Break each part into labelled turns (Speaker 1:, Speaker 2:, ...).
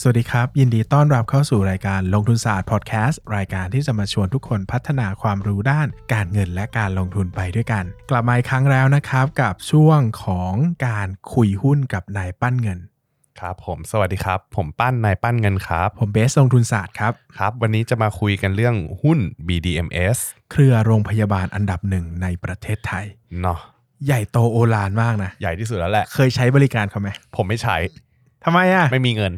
Speaker 1: สวัสดีครับ ยินดีต้อนรับเข้าสู่รายการลงทุนศาสตร์พอดแคสต์รายการที่จะมาชวนทุกคนพัฒนาความรู้ด้านการเงินและการลงทุนไปด้วยกัน กลับมาอีกครั้งแล้วนะครับกับช่วงของการคุยหุ้นกับนายปั้นเงิน
Speaker 2: ครับผมสวัสดีครับ ผมปั้นนายปั้นเงินครับ
Speaker 1: ผมเบสลงทุนศาสตร์ครับ
Speaker 2: ครับ วันนี้จะมาคุยกันเรื่องหุ้น BDMs
Speaker 1: เครือโรงพยาบาลอันดับหนึ่งในประเทศไทย
Speaker 2: เนาะ
Speaker 1: ใหญ่โตโอฬารมากนะ
Speaker 2: ใหญ่ที่สุดแล้วแหละ
Speaker 1: เคยใช้บริการเขาไหม
Speaker 2: ผมไม่ใช้
Speaker 1: ทำไมอ่ะ
Speaker 2: ไม่มีเงิน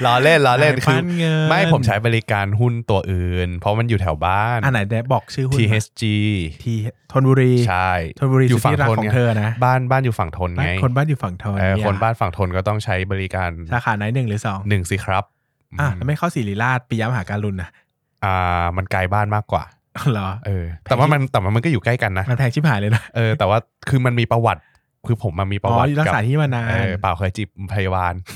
Speaker 2: ล้อเล่นล้อเล่น
Speaker 1: นายปั้
Speaker 2: คือน
Speaker 1: เงิน
Speaker 2: ไม่ผมใช้บริการหุ้นตัวอื่น เพราะมันอยู่แถวบ้าน
Speaker 1: อันไหนได้บอกชื่อหุ้นมา
Speaker 2: THG
Speaker 1: ทีธนบุรี
Speaker 2: ใช่
Speaker 1: ธนบุรี
Speaker 2: อยู่ฝั่ง
Speaker 1: สุดที่รัก
Speaker 2: ทน
Speaker 1: ของ
Speaker 2: ไ
Speaker 1: เธอนะ
Speaker 2: บ้านบ้านอยู่ฝั่งทน
Speaker 1: บ้าน
Speaker 2: ไง
Speaker 1: คนบ้านอยู่ฝั่งทน
Speaker 2: เออ
Speaker 1: เย
Speaker 2: คนบ้านฝั่งทนก็ต้องใช้บริการ
Speaker 1: สาขาไหนหนึ่งหรือสอง
Speaker 2: หนึ่งสิครับ
Speaker 1: อ่ะ
Speaker 2: ม
Speaker 1: แล้วไม่เข้าศิริราชปิยมหาการุณนะ
Speaker 2: อ่ามันไกลบ้านมากกว่า
Speaker 1: เหรอ
Speaker 2: เออ แต่ว่ามันแต่ว่ามันก็อยู่ใกล้กันนะ
Speaker 1: มันแพงชิบหายเลยนะ
Speaker 2: เออแต่ว่าคือมันมีประวัติคือผมมันมีป
Speaker 1: อ๋
Speaker 2: ระ
Speaker 1: อ
Speaker 2: วัติ
Speaker 1: รักษา
Speaker 2: บ
Speaker 1: ที่มานาน
Speaker 2: เออเปล่าเคยจีบพยาบาล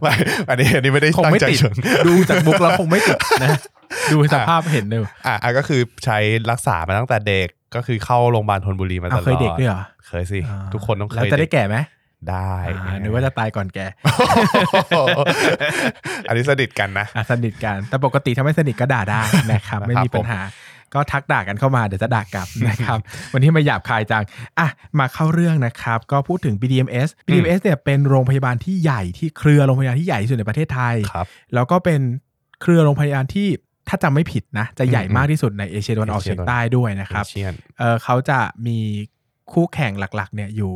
Speaker 2: ไม่อันนี้อันนี้ไม่ได้
Speaker 1: คง
Speaker 2: ตั้ง
Speaker 1: ไม่
Speaker 2: ใจ
Speaker 1: ติด
Speaker 2: ชวน
Speaker 1: ดูจากบุกแล้วคงไม่ติดนะ ดูสภาพเห็น ดู
Speaker 2: อ่ะอ่ะก็คือใช้รักษามาตั้งแต่เด็กก็คือเข้าโรงพยาบาลธนบุรีมาตล
Speaker 1: เอา
Speaker 2: อด
Speaker 1: เคยเด็กด้วยเหรอ
Speaker 2: เคยสิ
Speaker 1: อ่า
Speaker 2: ทุกคนต้องเค
Speaker 1: แล้ว
Speaker 2: ย
Speaker 1: จะได้แก่ไหม
Speaker 2: ได้
Speaker 1: อ่าหรือว่าจะตายก่อนแก่
Speaker 2: โอ้โห อันนี้สนิทกันนะ
Speaker 1: อ่ะสนิทกัน แต่ปกติถ้าไม่สนิทก็ด่าได้นะครับ ไม่มี
Speaker 2: ครับผม
Speaker 1: ปัญหาก็ทักด่ากันเข้ามาเดี๋ยวจะด่าก ลับนะครับ วันนี้มาหยาบคายจังอ่ะมาเข้าเรื่องนะครับ ก็พูดถึง BDMs BDMs เนี่ยเป็นโรงพยาบาลที่ใหญ่ที่เครือโรงพยาบาลที่ใหญ่ที่สุดในประเทศไทย
Speaker 2: ครับ
Speaker 1: แล้วก็เป็นเครือโรงพยาบาลที่ถ้าจำไม่ผิดนะ จะใหญ่
Speaker 2: อืม
Speaker 1: มากที่สุดในเอเชียตะวันออก
Speaker 2: เอเชี
Speaker 1: เฉียง
Speaker 2: ยตะวัน
Speaker 1: ใต้ด้วยนะครับ
Speaker 2: เชียน
Speaker 1: เออเขาจะมีคู่แข่งหลักๆ เนี่ยอยู่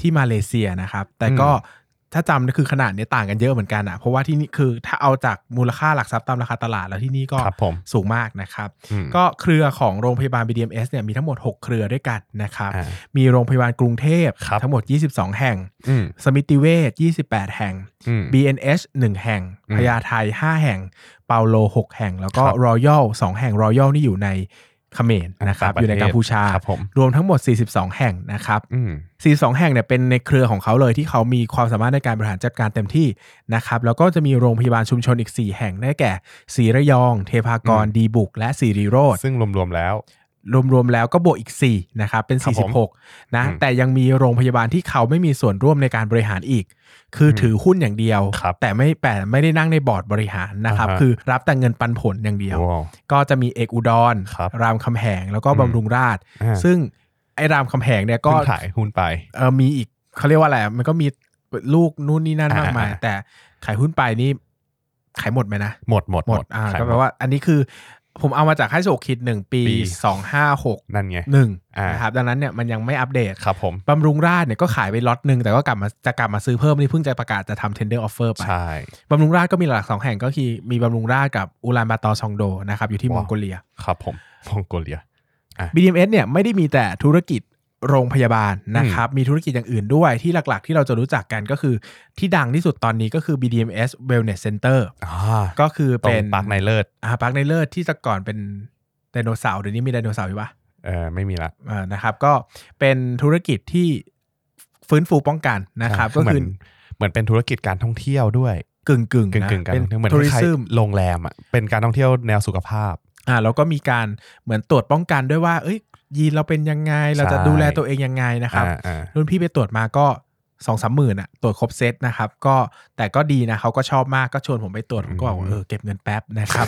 Speaker 1: ที่มาเลเซียนะครับ แต่ก็
Speaker 2: อื
Speaker 1: ถ้าจำคือขนาดเนี่ยต่างกันเยอะเหมือนกันอ่ะเพราะว่าที่นี่คือถ้าเอาจากมูลค่าหลักทรัพย์ตามราคาตลาดแล้วที่นี่ก็
Speaker 2: ครับผม
Speaker 1: สูงมากนะครับ
Speaker 2: อืม
Speaker 1: ก็เครือของโรงพยาบาล BDMs เนี่ยมีทั้งหมด 6 เครือด้วยกันนะครับ
Speaker 2: อ่า
Speaker 1: มีโรงพยาบาลกรุงเทพ
Speaker 2: ครับ
Speaker 1: ทั้งหมด 22 แห่ง
Speaker 2: อืม
Speaker 1: สมิติเวช28 แห่ง
Speaker 2: อืม
Speaker 1: BNH 1 แห่ง
Speaker 2: อืม
Speaker 1: พญาไท5แห่ง เปาโล 6 แห่ง แล้วก็
Speaker 2: ครับ
Speaker 1: Royal 2 แห่ง Royal นี่อยู่ในเขมรนะครับ
Speaker 2: ต่าง
Speaker 1: อ
Speaker 2: ประเทศ
Speaker 1: ยู่ในกัมพูชา
Speaker 2: ครับผม
Speaker 1: รวมทั้งหมด 42 แห่งนะครับ
Speaker 2: อืม
Speaker 1: 42 แห่งเนี่ยเป็นในเครือของเขาเลยที่เขามีความสามารถในการบริหารจัดการเต็มที่นะครับ แล้วก็จะมีโรงพยาบาลชุมชนอีก 4 แห่ง ได้แก่ศรีระยอง เทพากร
Speaker 2: อืม
Speaker 1: ดีบุก และศรีโรจน์
Speaker 2: ซึ่งรวมๆแล้ว
Speaker 1: รวมๆแล้วก็บวกอีก 4 นะครับ เป็น
Speaker 2: ครับผม
Speaker 1: 46 นะ
Speaker 2: อืม
Speaker 1: แต่ยังมีโรงพยาบาลที่เขาไม่มีส่วนร่วมในการบริหารอีก คืออ
Speaker 2: ม
Speaker 1: ถือหุ้นอย่างเดียว
Speaker 2: ครับ
Speaker 1: แต่ไม่แต่ไม่ได้นั่งในบอร์ดบริหารนะครับ
Speaker 2: อ่าฮะ
Speaker 1: คือรับแต่เงินปันผลอย่างเดียว
Speaker 2: ว้าว
Speaker 1: ก็จะมีเอกอุดร
Speaker 2: ครับ
Speaker 1: รามคำแหง แล้วก็
Speaker 2: อืม
Speaker 1: บำรุงราษฎร์
Speaker 2: อ่า
Speaker 1: ซึ่งไอ้รามคำแหงเนี่ยก็
Speaker 2: เพิ่งขายหุ้นไป
Speaker 1: เออมีอีกเขาเรียกว่าอะไร มันก็มีลูกนู่นนี่นั่นมากมาย
Speaker 2: อ่าๆ
Speaker 1: แต่ขายหุ้นไปนี่ขายหมดไหมนะ
Speaker 2: หมดหมด
Speaker 1: หมดอ่า
Speaker 2: ขย
Speaker 1: ก็แปลว่าอันนี้คือผมเอามาจากให้โศกคิดหนึ่งปี
Speaker 2: ปี
Speaker 1: สองห้าหก
Speaker 2: นั่นไง
Speaker 1: หนึ่ง
Speaker 2: อ่าน
Speaker 1: นะครับดังนั้นเนี่ยมันยังไม่อัปเดต
Speaker 2: ครับผม
Speaker 1: บำรุงราชเนี่ยก็ขายไปล็อตหนึ่งแต่ก็กลับมาจะกลับมาซื้อเพิ่มนี่เพิ่งจะประกาศจะทำ tender offer ไป
Speaker 2: ใช่
Speaker 1: บำรุงราชก็มีหลักสองแห่งก็คือมีบำรุงราชกับอูลานบาตอร์ซองโดนะครับอยู่ที่ม
Speaker 2: ว้า
Speaker 1: อ
Speaker 2: ว
Speaker 1: งโกเลีย
Speaker 2: ครับผมมองโกเลีย
Speaker 1: BDMs เนี่ยไม่ได้มีแต่ธุรกิจโรงพยาบาลนะครับมีธุรกิจอย่างอื่นด้วยที่หลักๆ ที่เราจะรู้จักกันก็คือที่ดังที่สุดตอนนี้ก็คือ BDMs Wellness Center
Speaker 2: อ่า
Speaker 1: ก็คือ
Speaker 2: ตร
Speaker 1: เป็
Speaker 2: ง
Speaker 1: น
Speaker 2: ปากในเลิศ
Speaker 1: อ่าปาร์คในเลิศที่แต่ก่อนเป็นไดโนเสาร์เดี๋ยวนี้มีไดโนเสาร์อยู่ปะ
Speaker 2: เออไม่มีละ
Speaker 1: เอ่อนะครับก็เป็นธุรกิจที่ฟื้นฟูป้องกันนะครับ
Speaker 2: า
Speaker 1: ก็
Speaker 2: เหมื
Speaker 1: คือน
Speaker 2: เหมือนเป็นธุรกิจการท่องเที่ยวด้วย
Speaker 1: กึ่งกึ่ง
Speaker 2: กึ่งกึ่งๆการ
Speaker 1: เป็น
Speaker 2: ท่องเที่ยวเหมือน
Speaker 1: ทัว
Speaker 2: ค
Speaker 1: ริ
Speaker 2: ล้าย
Speaker 1: ซึม
Speaker 2: ๆโรงแรมอ่ะเป็นการท่องเที่ยวแนวสุขภาพ
Speaker 1: อ่าแล้วก็มีการเหมือนตรวจป้องกันด้วยว่า เอ้ย ยีนเราเป็นยังไง เราจะ
Speaker 2: ใช่
Speaker 1: ดูแลตัวเองยังไงนะครับ
Speaker 2: อ่าอ่า
Speaker 1: รุ่นพี่ไปตรวจมาก็สองสามหมื่นอ่ะตรวจครบเซตนะครับ ก็แต่ก็ดีนะเขาก็ชอบมากก็ชวนผมไปตรวจผมก็บอกว่าเออเก็บเงินแป๊บนะครับ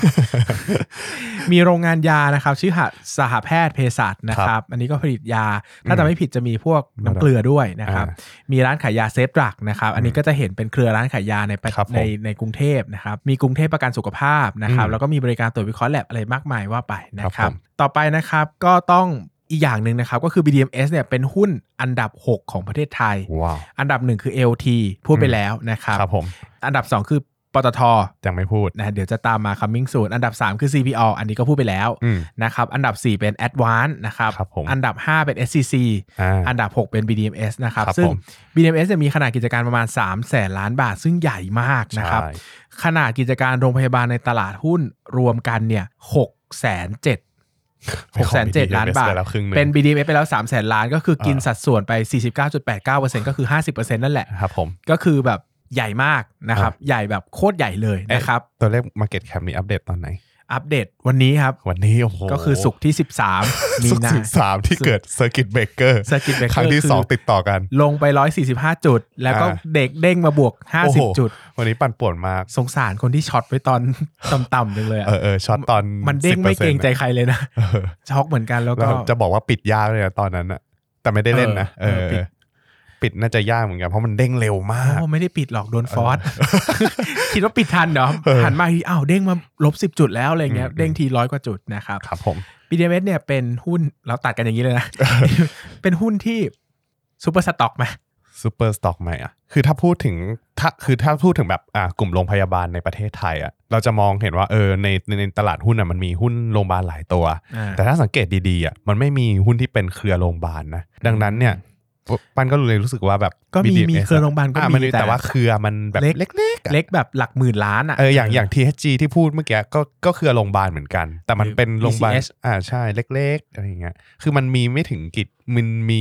Speaker 1: มีโรงงานยานะครับ ชื่อหะสหแพทย์เภสัชนะครับ อันนี้ก็ผลิตยา ถ้าจำไม่ผิดจะมีพวกน้ำเกลือด้วยนะครับ
Speaker 2: อ่า
Speaker 1: มีร้านขายยาเซฟดรักนะครับ อันนี้ก็จะเห็นเป็นเครือร้านขายยาในประ
Speaker 2: ครับผม
Speaker 1: ในในกรุงเทพนะครับ มีกรุงเทพประกันสุขภาพนะครับ
Speaker 2: อืม
Speaker 1: แล้วก็มีบริการตรวจวิเคราะห์แลบอะไรมากมายว่าไปนะค
Speaker 2: ครั
Speaker 1: รับ
Speaker 2: บผม
Speaker 1: ต่อไปนะครับก็ต้องอีกอย่างหนึ่งนะครับ ก็คือ BDMs เนี่ยเป็นหุ้นอันดับ 6 ของประเทศไทย
Speaker 2: ว้าว
Speaker 1: อันดับหนึ่งคือ LT พูดไปแล้วนะครับ
Speaker 2: ครับผม
Speaker 1: อันดับ 2 คือปตท
Speaker 2: ยังไม่พูด
Speaker 1: นะเดี๋ยวจะตามมา coming soon อันดับ 3 คือ CPO อันนี้ก็พูดไปแล้ว
Speaker 2: อืม
Speaker 1: นะครับอันดับ 4 เป็น Advance นะครับ
Speaker 2: ครับผม
Speaker 1: อันดับ 5 เป็น SCC
Speaker 2: อ่า
Speaker 1: อันดับ 6 เป็น BDMs นะครับ
Speaker 2: ครับ
Speaker 1: ซึ่ง
Speaker 2: ผม
Speaker 1: BDMs จะมีขนาดกิจการประมาณ 3 0 0แสนล้านบาท ซึ่งใหญ่มากนะครับ
Speaker 2: ใช่
Speaker 1: ขนาดกิจการโรงพยาบาลในตลาดหุ้นรวมกันเนี่ย6 7 0 0 หกแสนเจ็ดล้านบาท
Speaker 2: แล้วครึ่งหนึง
Speaker 1: เป็น BDMs ไปแล้ว3 0 0แสนล้าน ก็คือกิน
Speaker 2: อ่า
Speaker 1: สัดส่วนไป 49.89%ก็คือ 50%นั่นแหละ
Speaker 2: ครับผม
Speaker 1: ก็คือแบบใหญ่มากนะครับ ใหญ่แบบโคตรใหญ่เลยนะครับ
Speaker 2: ตัวเลข Market Cap นี้อัปเดตตอนไหน
Speaker 1: อัปเดตวันนี้ครับ
Speaker 2: วันนี้โอ้โห
Speaker 1: ก็คือสุกร์ที่ 13 มี
Speaker 2: ศุกร์
Speaker 1: นา
Speaker 2: ที่สามที่เกิด Circuit Breaker
Speaker 1: สกิตเบ
Speaker 2: ครั้งที่สองติดต่อกัน
Speaker 1: ลงไป 145 จุด แล้วก็
Speaker 2: อ่า
Speaker 1: เด็กเด้งมาบวก
Speaker 2: โอ้โห
Speaker 1: 50 จุด
Speaker 2: วันนี้ปั่นป่วนมาก
Speaker 1: สงสารคนที่ช็อตไว้ตอน ต่ำๆจังเลยอะ
Speaker 2: เออเออช็อตตอน
Speaker 1: มันเด้งไม่เกรงใจ
Speaker 2: 10%
Speaker 1: ใครเลยนะ
Speaker 2: เออ
Speaker 1: ช็อกเหมือนกันแล้ว
Speaker 2: แล้
Speaker 1: ก็
Speaker 2: วจะบอกว่าปิดยากเลยนะตอนนั้นอะแต่ไม่ได้เล่นนะ
Speaker 1: เอ
Speaker 2: เอ
Speaker 1: อ
Speaker 2: อ
Speaker 1: เออปิด
Speaker 2: ปิดน่าจะยากเหมือนกันเพราะมันเด้งเร็วมาก
Speaker 1: โอ้ไม่ได้ปิดหรอกโดนฟอส คิดว่าปิดทันเนาะ
Speaker 2: เออ
Speaker 1: หันมาทีอ้าวเด้งมาลบสิบ10 จุดแล้วอะไรเงี้ย
Speaker 2: อืม
Speaker 1: เด้งทีร้อยกว่าจุดนะครับ
Speaker 2: ครับผม
Speaker 1: BDMs เนี่ยเป็นหุ้นเราตัดกันอย่างนี้เลย นะ เป็นหุ้นที่ซูเปอร์สต็อกไหม
Speaker 2: ซูเปอร์สต็อกไหมอ่ะ คือถ้าพูดถึงถ้าคือถ้าพูดถึงแบบอ่ากลุ่มโรงพยาบาลในประเทศไทยอ่ะ เราจะมองเห็นว่าเออในในในตลาดหุ้นอ่ะมันมีหุ้นโรงพยาบาลหลายตัว
Speaker 1: อ่า
Speaker 2: แต่ถ้าสังเกตดีๆอ่ะมันไม่มีหุ้นที่เป็นเครือโรงพยาบาลนะ ดังนั้นเนี่ยปันก็เลยรู้สึกว่าแบบ
Speaker 1: ก็มี
Speaker 2: BDMs
Speaker 1: มีเครือโรงพยาบาลก็
Speaker 2: อ่ะ
Speaker 1: มี
Speaker 2: มันมี
Speaker 1: แต่
Speaker 2: แต่ว่าเครือมันแบบ
Speaker 1: เล็ก
Speaker 2: เล็กๆอะ
Speaker 1: เล็กแบบหลักหมื่นล้านอ่ะ
Speaker 2: เอออย่างอย่างทีเอจีที่พูดเมื่อกี้ก็ก็เครือโรงพยาบาลเหมือนกัน แต่มั
Speaker 1: ห
Speaker 2: น
Speaker 1: รือ
Speaker 2: เป็นโรงพยาบาล
Speaker 1: BCS
Speaker 2: อ่าใช่เล็กๆอะไรอย่างเงี้ยคือมันมีไม่ถึงกิจมันมี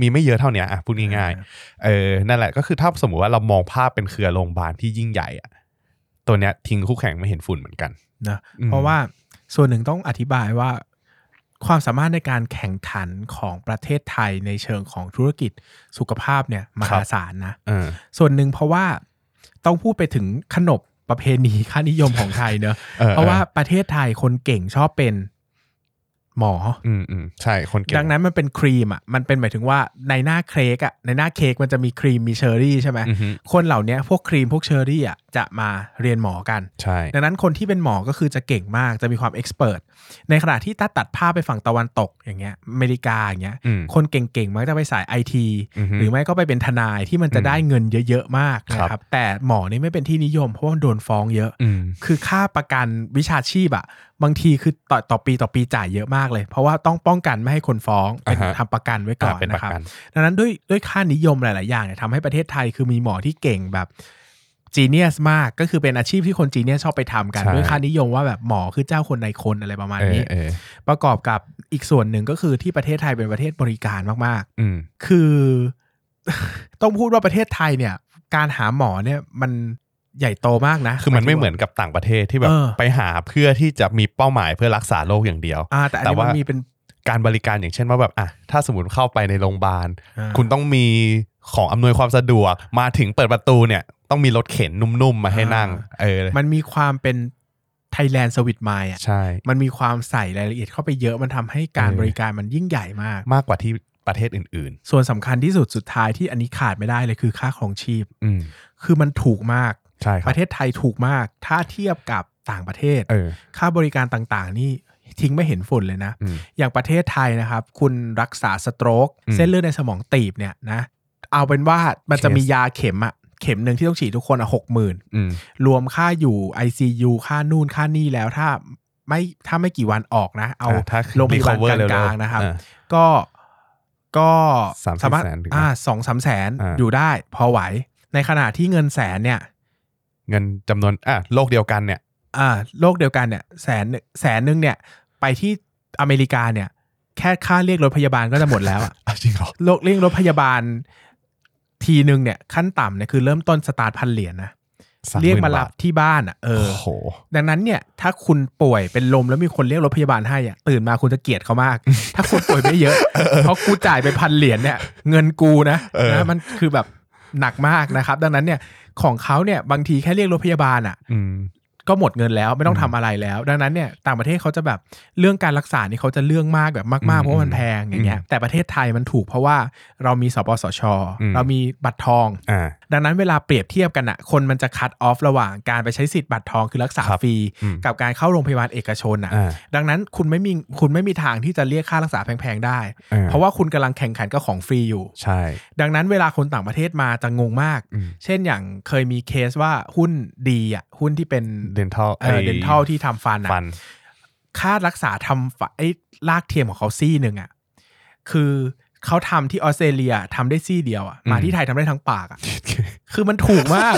Speaker 2: มีไม่เยอะเท่าเนี้ยอ่ะพูดง่ายๆ เออ นั่นแหละ ก็คือถ้าสมมติว่าเรามองภาพเป็นเครือโรงพยาบาลที่ยิ่งใหญ่อะตัวเนี้ยทิ้งคู่แข่งไม่เห็นฝุ่นเหมือนกัน
Speaker 1: นะ
Speaker 2: อืม
Speaker 1: เพราะว่าส่วนหนึ่งต้องอธิบายว่าความสามารถในการแข่งขันของประเทศไทยในเชิงของธุรกิจสุขภาพเนี่ยมหาศาลนะ
Speaker 2: เออ
Speaker 1: ส่วนหนึ่งเพราะว่าต้องพูดไปถึงขนบประเพณี ค่านิยมของไทยเนอะ
Speaker 2: ออ
Speaker 1: เพราะว่าประเทศไทยคนเก่งชอบเป็นหมอ
Speaker 2: อืมอืมใช่คนเก่ง
Speaker 1: ดังนั้นมันเป็นครีมอ่ะมันเป็นหมายถึงว่าในหน้าเค้กอ่ะในหน้าเค้กมันจะมีครีมมีเชอรี่ใช่ไหม
Speaker 2: อือฮึ
Speaker 1: คนเหล่าเนี้ยพวกครีมพวกเชอรี่อ่ะจะมาเรียนหมอกัน
Speaker 2: ใช่
Speaker 1: ดังนั้นคนที่เป็นหมอก็คือจะเก่งมากจะมีความเอ็กซ์เพรสในขณะที่ถ้าตัดภาพไปฝั่งตะวันตกอย่างเงี้ยอเมริกาอย่างเงี้ย
Speaker 2: อืม
Speaker 1: คนเก่งๆมักจะไปสายไอที
Speaker 2: ฮึ
Speaker 1: หรือไม่ก็ไปเป็นทนายที่มันจะ
Speaker 2: อืม
Speaker 1: ได้เงินเยอะๆมากนะค
Speaker 2: ครั
Speaker 1: รับ
Speaker 2: บ
Speaker 1: แต่หมอนี่ไม่เป็นที่นิยมเพราะว่าโดนฟ้องเยอะ
Speaker 2: อืม
Speaker 1: คือค่าประกันวิชาชีพอะบางทีคือต่อต่อปีต่อปีจ่ายเยอะมากเลย เพราะว่าต้องป้องกันไม่ให้คนฟ้องเป็น
Speaker 2: อ่าฮะ
Speaker 1: ทำประกันไว้ก่อน
Speaker 2: อ่าเป็นป
Speaker 1: นะ
Speaker 2: ระ
Speaker 1: ครับ
Speaker 2: กัน
Speaker 1: ดังนั้นด้วยด้วยค่านิยมหลาย ๆ อย่างเนี่ยทำให้ประเทศไทยคือมีหมอที่เก่งแบบจีเนียสมากก็คือเป็นอาชีพที่คนจีเนียสชอบไปทำกัน ด้วยค่านิยมว่าแบบหมอคือเจ้าคนในคนอะไรประมาณ
Speaker 2: เออ
Speaker 1: นี้
Speaker 2: เออ
Speaker 1: ประกอบกับอีกส่วนหนึ่งก็คือที่ประเทศไทยเป็นประเทศบริการมาก
Speaker 2: อืม
Speaker 1: ๆ คือ ต้องพูดว่าประเทศไทยเนี่ย การหาหมอเนี่ยมันใหญ่โตมากนะ
Speaker 2: คือมันไม่เหมือนกับต่างประเทศที่แบ
Speaker 1: เอบ อ
Speaker 2: ไปหาเพื่อที่จะมีเป้าหมายเพื่อรักษาโรคอย่างเดียว
Speaker 1: อ่าแต่อัน
Speaker 2: แต่
Speaker 1: นี้
Speaker 2: ว่า
Speaker 1: มัน
Speaker 2: มี
Speaker 1: มีเป็น
Speaker 2: การบริการอย่างเช่นว่าแบบอ่ะถ้าสมมติเข้าไปในโรงพยาบาล
Speaker 1: อ่า
Speaker 2: คุณต้องมีของอำนวยความสะดวก มาถึงเปิดประตูเนี่ย ต้องมีรถเข็นนุ่มๆมาให้นั่ง เออ
Speaker 1: มันมีความเป็นไทยแลนด์สวิตไมล์อ่ะ
Speaker 2: ใช่
Speaker 1: มันมีความใส่รายละเอียดเข้าไปเยอะมันทำให้การ
Speaker 2: เออ
Speaker 1: บริการมันยิ่งใหญ่มาก
Speaker 2: มากกว่าที่ประเทศอื่น
Speaker 1: ส่วนสำคัญที่สุดสุดท้ายที่อันนี้ขาดไม่ได้เลยคือค่าของชีพ
Speaker 2: ๆ อืม
Speaker 1: คือมันถูกมาก
Speaker 2: ใช่ค
Speaker 1: ป
Speaker 2: รับ
Speaker 1: ระเทศไทยถูกมาก ถ้าเทียบกับต่างประเทศ
Speaker 2: เออ
Speaker 1: ค่าบริการต่างๆ นี่ทิ้งไม่เห็นฝุ่นเลยนะ
Speaker 2: อืม
Speaker 1: อย่างประเทศไทยนะครับ คุณรักษาสโตรก
Speaker 2: อืม
Speaker 1: เส้นเลือดในสมองตีบเนี่ยนะ เอาเป็นว่ามันจะ
Speaker 2: เคส
Speaker 1: มียาเข็มอะเข็มหนึ่งที่ต้องฉีดทุกคนอะหกหมื่น
Speaker 2: อืม
Speaker 1: รวมค่าอยู่ ICU ค่านู่นค่านี่แล้วถ้าไม่ถ้าไม่กี่วันออกนะ เอา
Speaker 2: ถ้า
Speaker 1: โรงพยาบาล
Speaker 2: recover เวๆ
Speaker 1: กลางๆนะครับ
Speaker 2: อ่
Speaker 1: ก็ก็
Speaker 2: สามสิบ
Speaker 1: มารถ
Speaker 2: แสนถึง
Speaker 1: อ่าสองสามแสน
Speaker 2: อ่า
Speaker 1: อยู่ได้ พอไหว ในขณะที่เงินแสนเนี่ย
Speaker 2: เงินจำนวนอ่ะโลกเดียวกันเนี่ย
Speaker 1: อ่าโลกเดียวกันเนี่ยแสนแสนหนึ่งเนี่ย ไปที่อเมริกาเนี่ย แค่ค่าเรียกรถพยาบาลก็จะหมดแล้วอะ
Speaker 2: จริงเหรอ
Speaker 1: โลกเรียกรถพยาบาล ทีหนึ่งเนี่ย ขั้นต่ำเนี่ยคือเริ่มต้นสตาร์ทพันเหรียญนะ
Speaker 2: 30,000
Speaker 1: เรียกมารับที่บ้านอ่ะเอ
Speaker 2: โอ้
Speaker 1: อ
Speaker 2: โห
Speaker 1: ดังนั้นเนี่ยถ้าคุณป่วยเป็นลมแล้วมีคนเรียกรถพยาบาลให้อ่ะตื่นมาคุณจะเกลียดเขา มาก ถ้าคุณป่วยไม่เยอะ เพราะกูจ่ายไปพันเหรียญเนี่ย เงินกูนะ
Speaker 2: เออ
Speaker 1: นะมันคือแบบหนักมากนะครับ ดังนั้นเนี่ยของเขาเนี่ยบางทีแค่เรียกรถพยาบาลอ่ะ
Speaker 2: อืม
Speaker 1: ก็หมดเงินแล้วไม่ต้อง
Speaker 2: อื
Speaker 1: ทำ
Speaker 2: ม
Speaker 1: อะไรแล้ว ดังนั้นเนี่ยต่างประเทศเขาจะแบบเรื่องการรักษานี่เขาจะเรื่องมากแบบมากๆ
Speaker 2: อืม
Speaker 1: เพราะมันแพงอย่างเงี้ยแต่ประเทศไทยมันถูกเพราะว่าเรามีสปสช
Speaker 2: อืม
Speaker 1: เรามีบัตรทอง
Speaker 2: อ่า
Speaker 1: ดังนั้นเวลาเปรียบเทียบกันอะคนมันจะคัดออฟระหว่างการไปใช้สิทธิ์บัตรทองคือรักษา
Speaker 2: ครับ
Speaker 1: ฟรี
Speaker 2: อืม
Speaker 1: กับการเข้าโรงพยาบาลเอกชนอะ
Speaker 2: อ่า
Speaker 1: ดังนั้นคุณไม่มีคุณไม่มีทางที่จะเรียกค่ารักษาแพงๆได้
Speaker 2: อ่
Speaker 1: เพราะว่าคุณกำลังแข่งขันกับของฟรีอยู่
Speaker 2: ใช่
Speaker 1: ดังนั้นเวลาคนต่างประเทศมาจะงงมาก
Speaker 2: อืม
Speaker 1: เช่นอย่างเคยมีเคสว่าหุ้นดีอะหุ้นที่เป็น
Speaker 2: dental
Speaker 1: เออ
Speaker 2: ไอ้
Speaker 1: เดนทัลที่ทำฟันอะ
Speaker 2: ฟัน
Speaker 1: ค่ารักษาทำฟันไอ้ลากเทียมของเขาซี่หนึ่งอะคือ เขาทำที่ออสเตรเลียทำได้ซี่เดียวอ่ะมา
Speaker 2: อืม
Speaker 1: ที่ไทยทำได้ทั้งปากอ่ะคือมันถูก มาก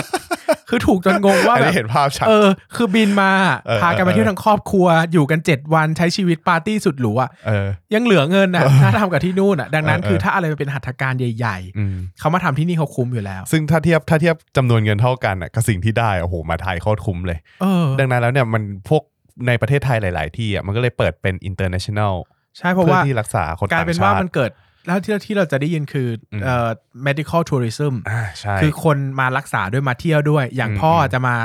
Speaker 1: คือถูกจนงงว่า
Speaker 2: อัน
Speaker 1: แบ
Speaker 2: นี้
Speaker 1: บ
Speaker 2: เห็นภาพชัด
Speaker 1: เออ คือบินมา
Speaker 2: เออ
Speaker 1: พากันไป
Speaker 2: เออ
Speaker 1: เที่ยวทั้งครอบครัว อยู่กัน 7 วันใช้ชีวิตปาร์ตี้สุดหรูอ่ะ
Speaker 2: เออ
Speaker 1: ยังเหลือเงินนะ
Speaker 2: เออ
Speaker 1: ถ้าทำกับที่นู่นอ่ะ ดังนั้น
Speaker 2: เออเออ
Speaker 1: คือถ้าอะไรมันเป็นหัตถการใหญ่
Speaker 2: อืม
Speaker 1: ๆ เขามาทำที่นี่เขาคุ้มอยู่แล้ว
Speaker 2: ซึ่งถ้าเทียบถ้าเทียบจำนวนเงินเท่ากันอ่ะกับสิ่งที่ได้อะโอ้โหมาไทยโคตรคุ้มเลย
Speaker 1: เออ
Speaker 2: ดังนั้นแล้วเนี่ยมันพวกในประเทศไทยหลาย ๆ ที่อ่ะมันก็เลยเปิดเป็น international
Speaker 1: ใช่เพราะ
Speaker 2: เพื่อ
Speaker 1: ว่า
Speaker 2: ที่รักษาคน
Speaker 1: กลาย
Speaker 2: ต่าง
Speaker 1: เป็น
Speaker 2: ชา
Speaker 1: ว่า
Speaker 2: ติ
Speaker 1: มันเกิด แล้วที่ที่เราจะได้ยินคืออ
Speaker 2: ม
Speaker 1: เอ่อ medical tourism
Speaker 2: อ่าใช่
Speaker 1: คือคนมารักษาด้วยมาเที่ยวด้วย อย่างพ่ออ
Speaker 2: ม
Speaker 1: จะมา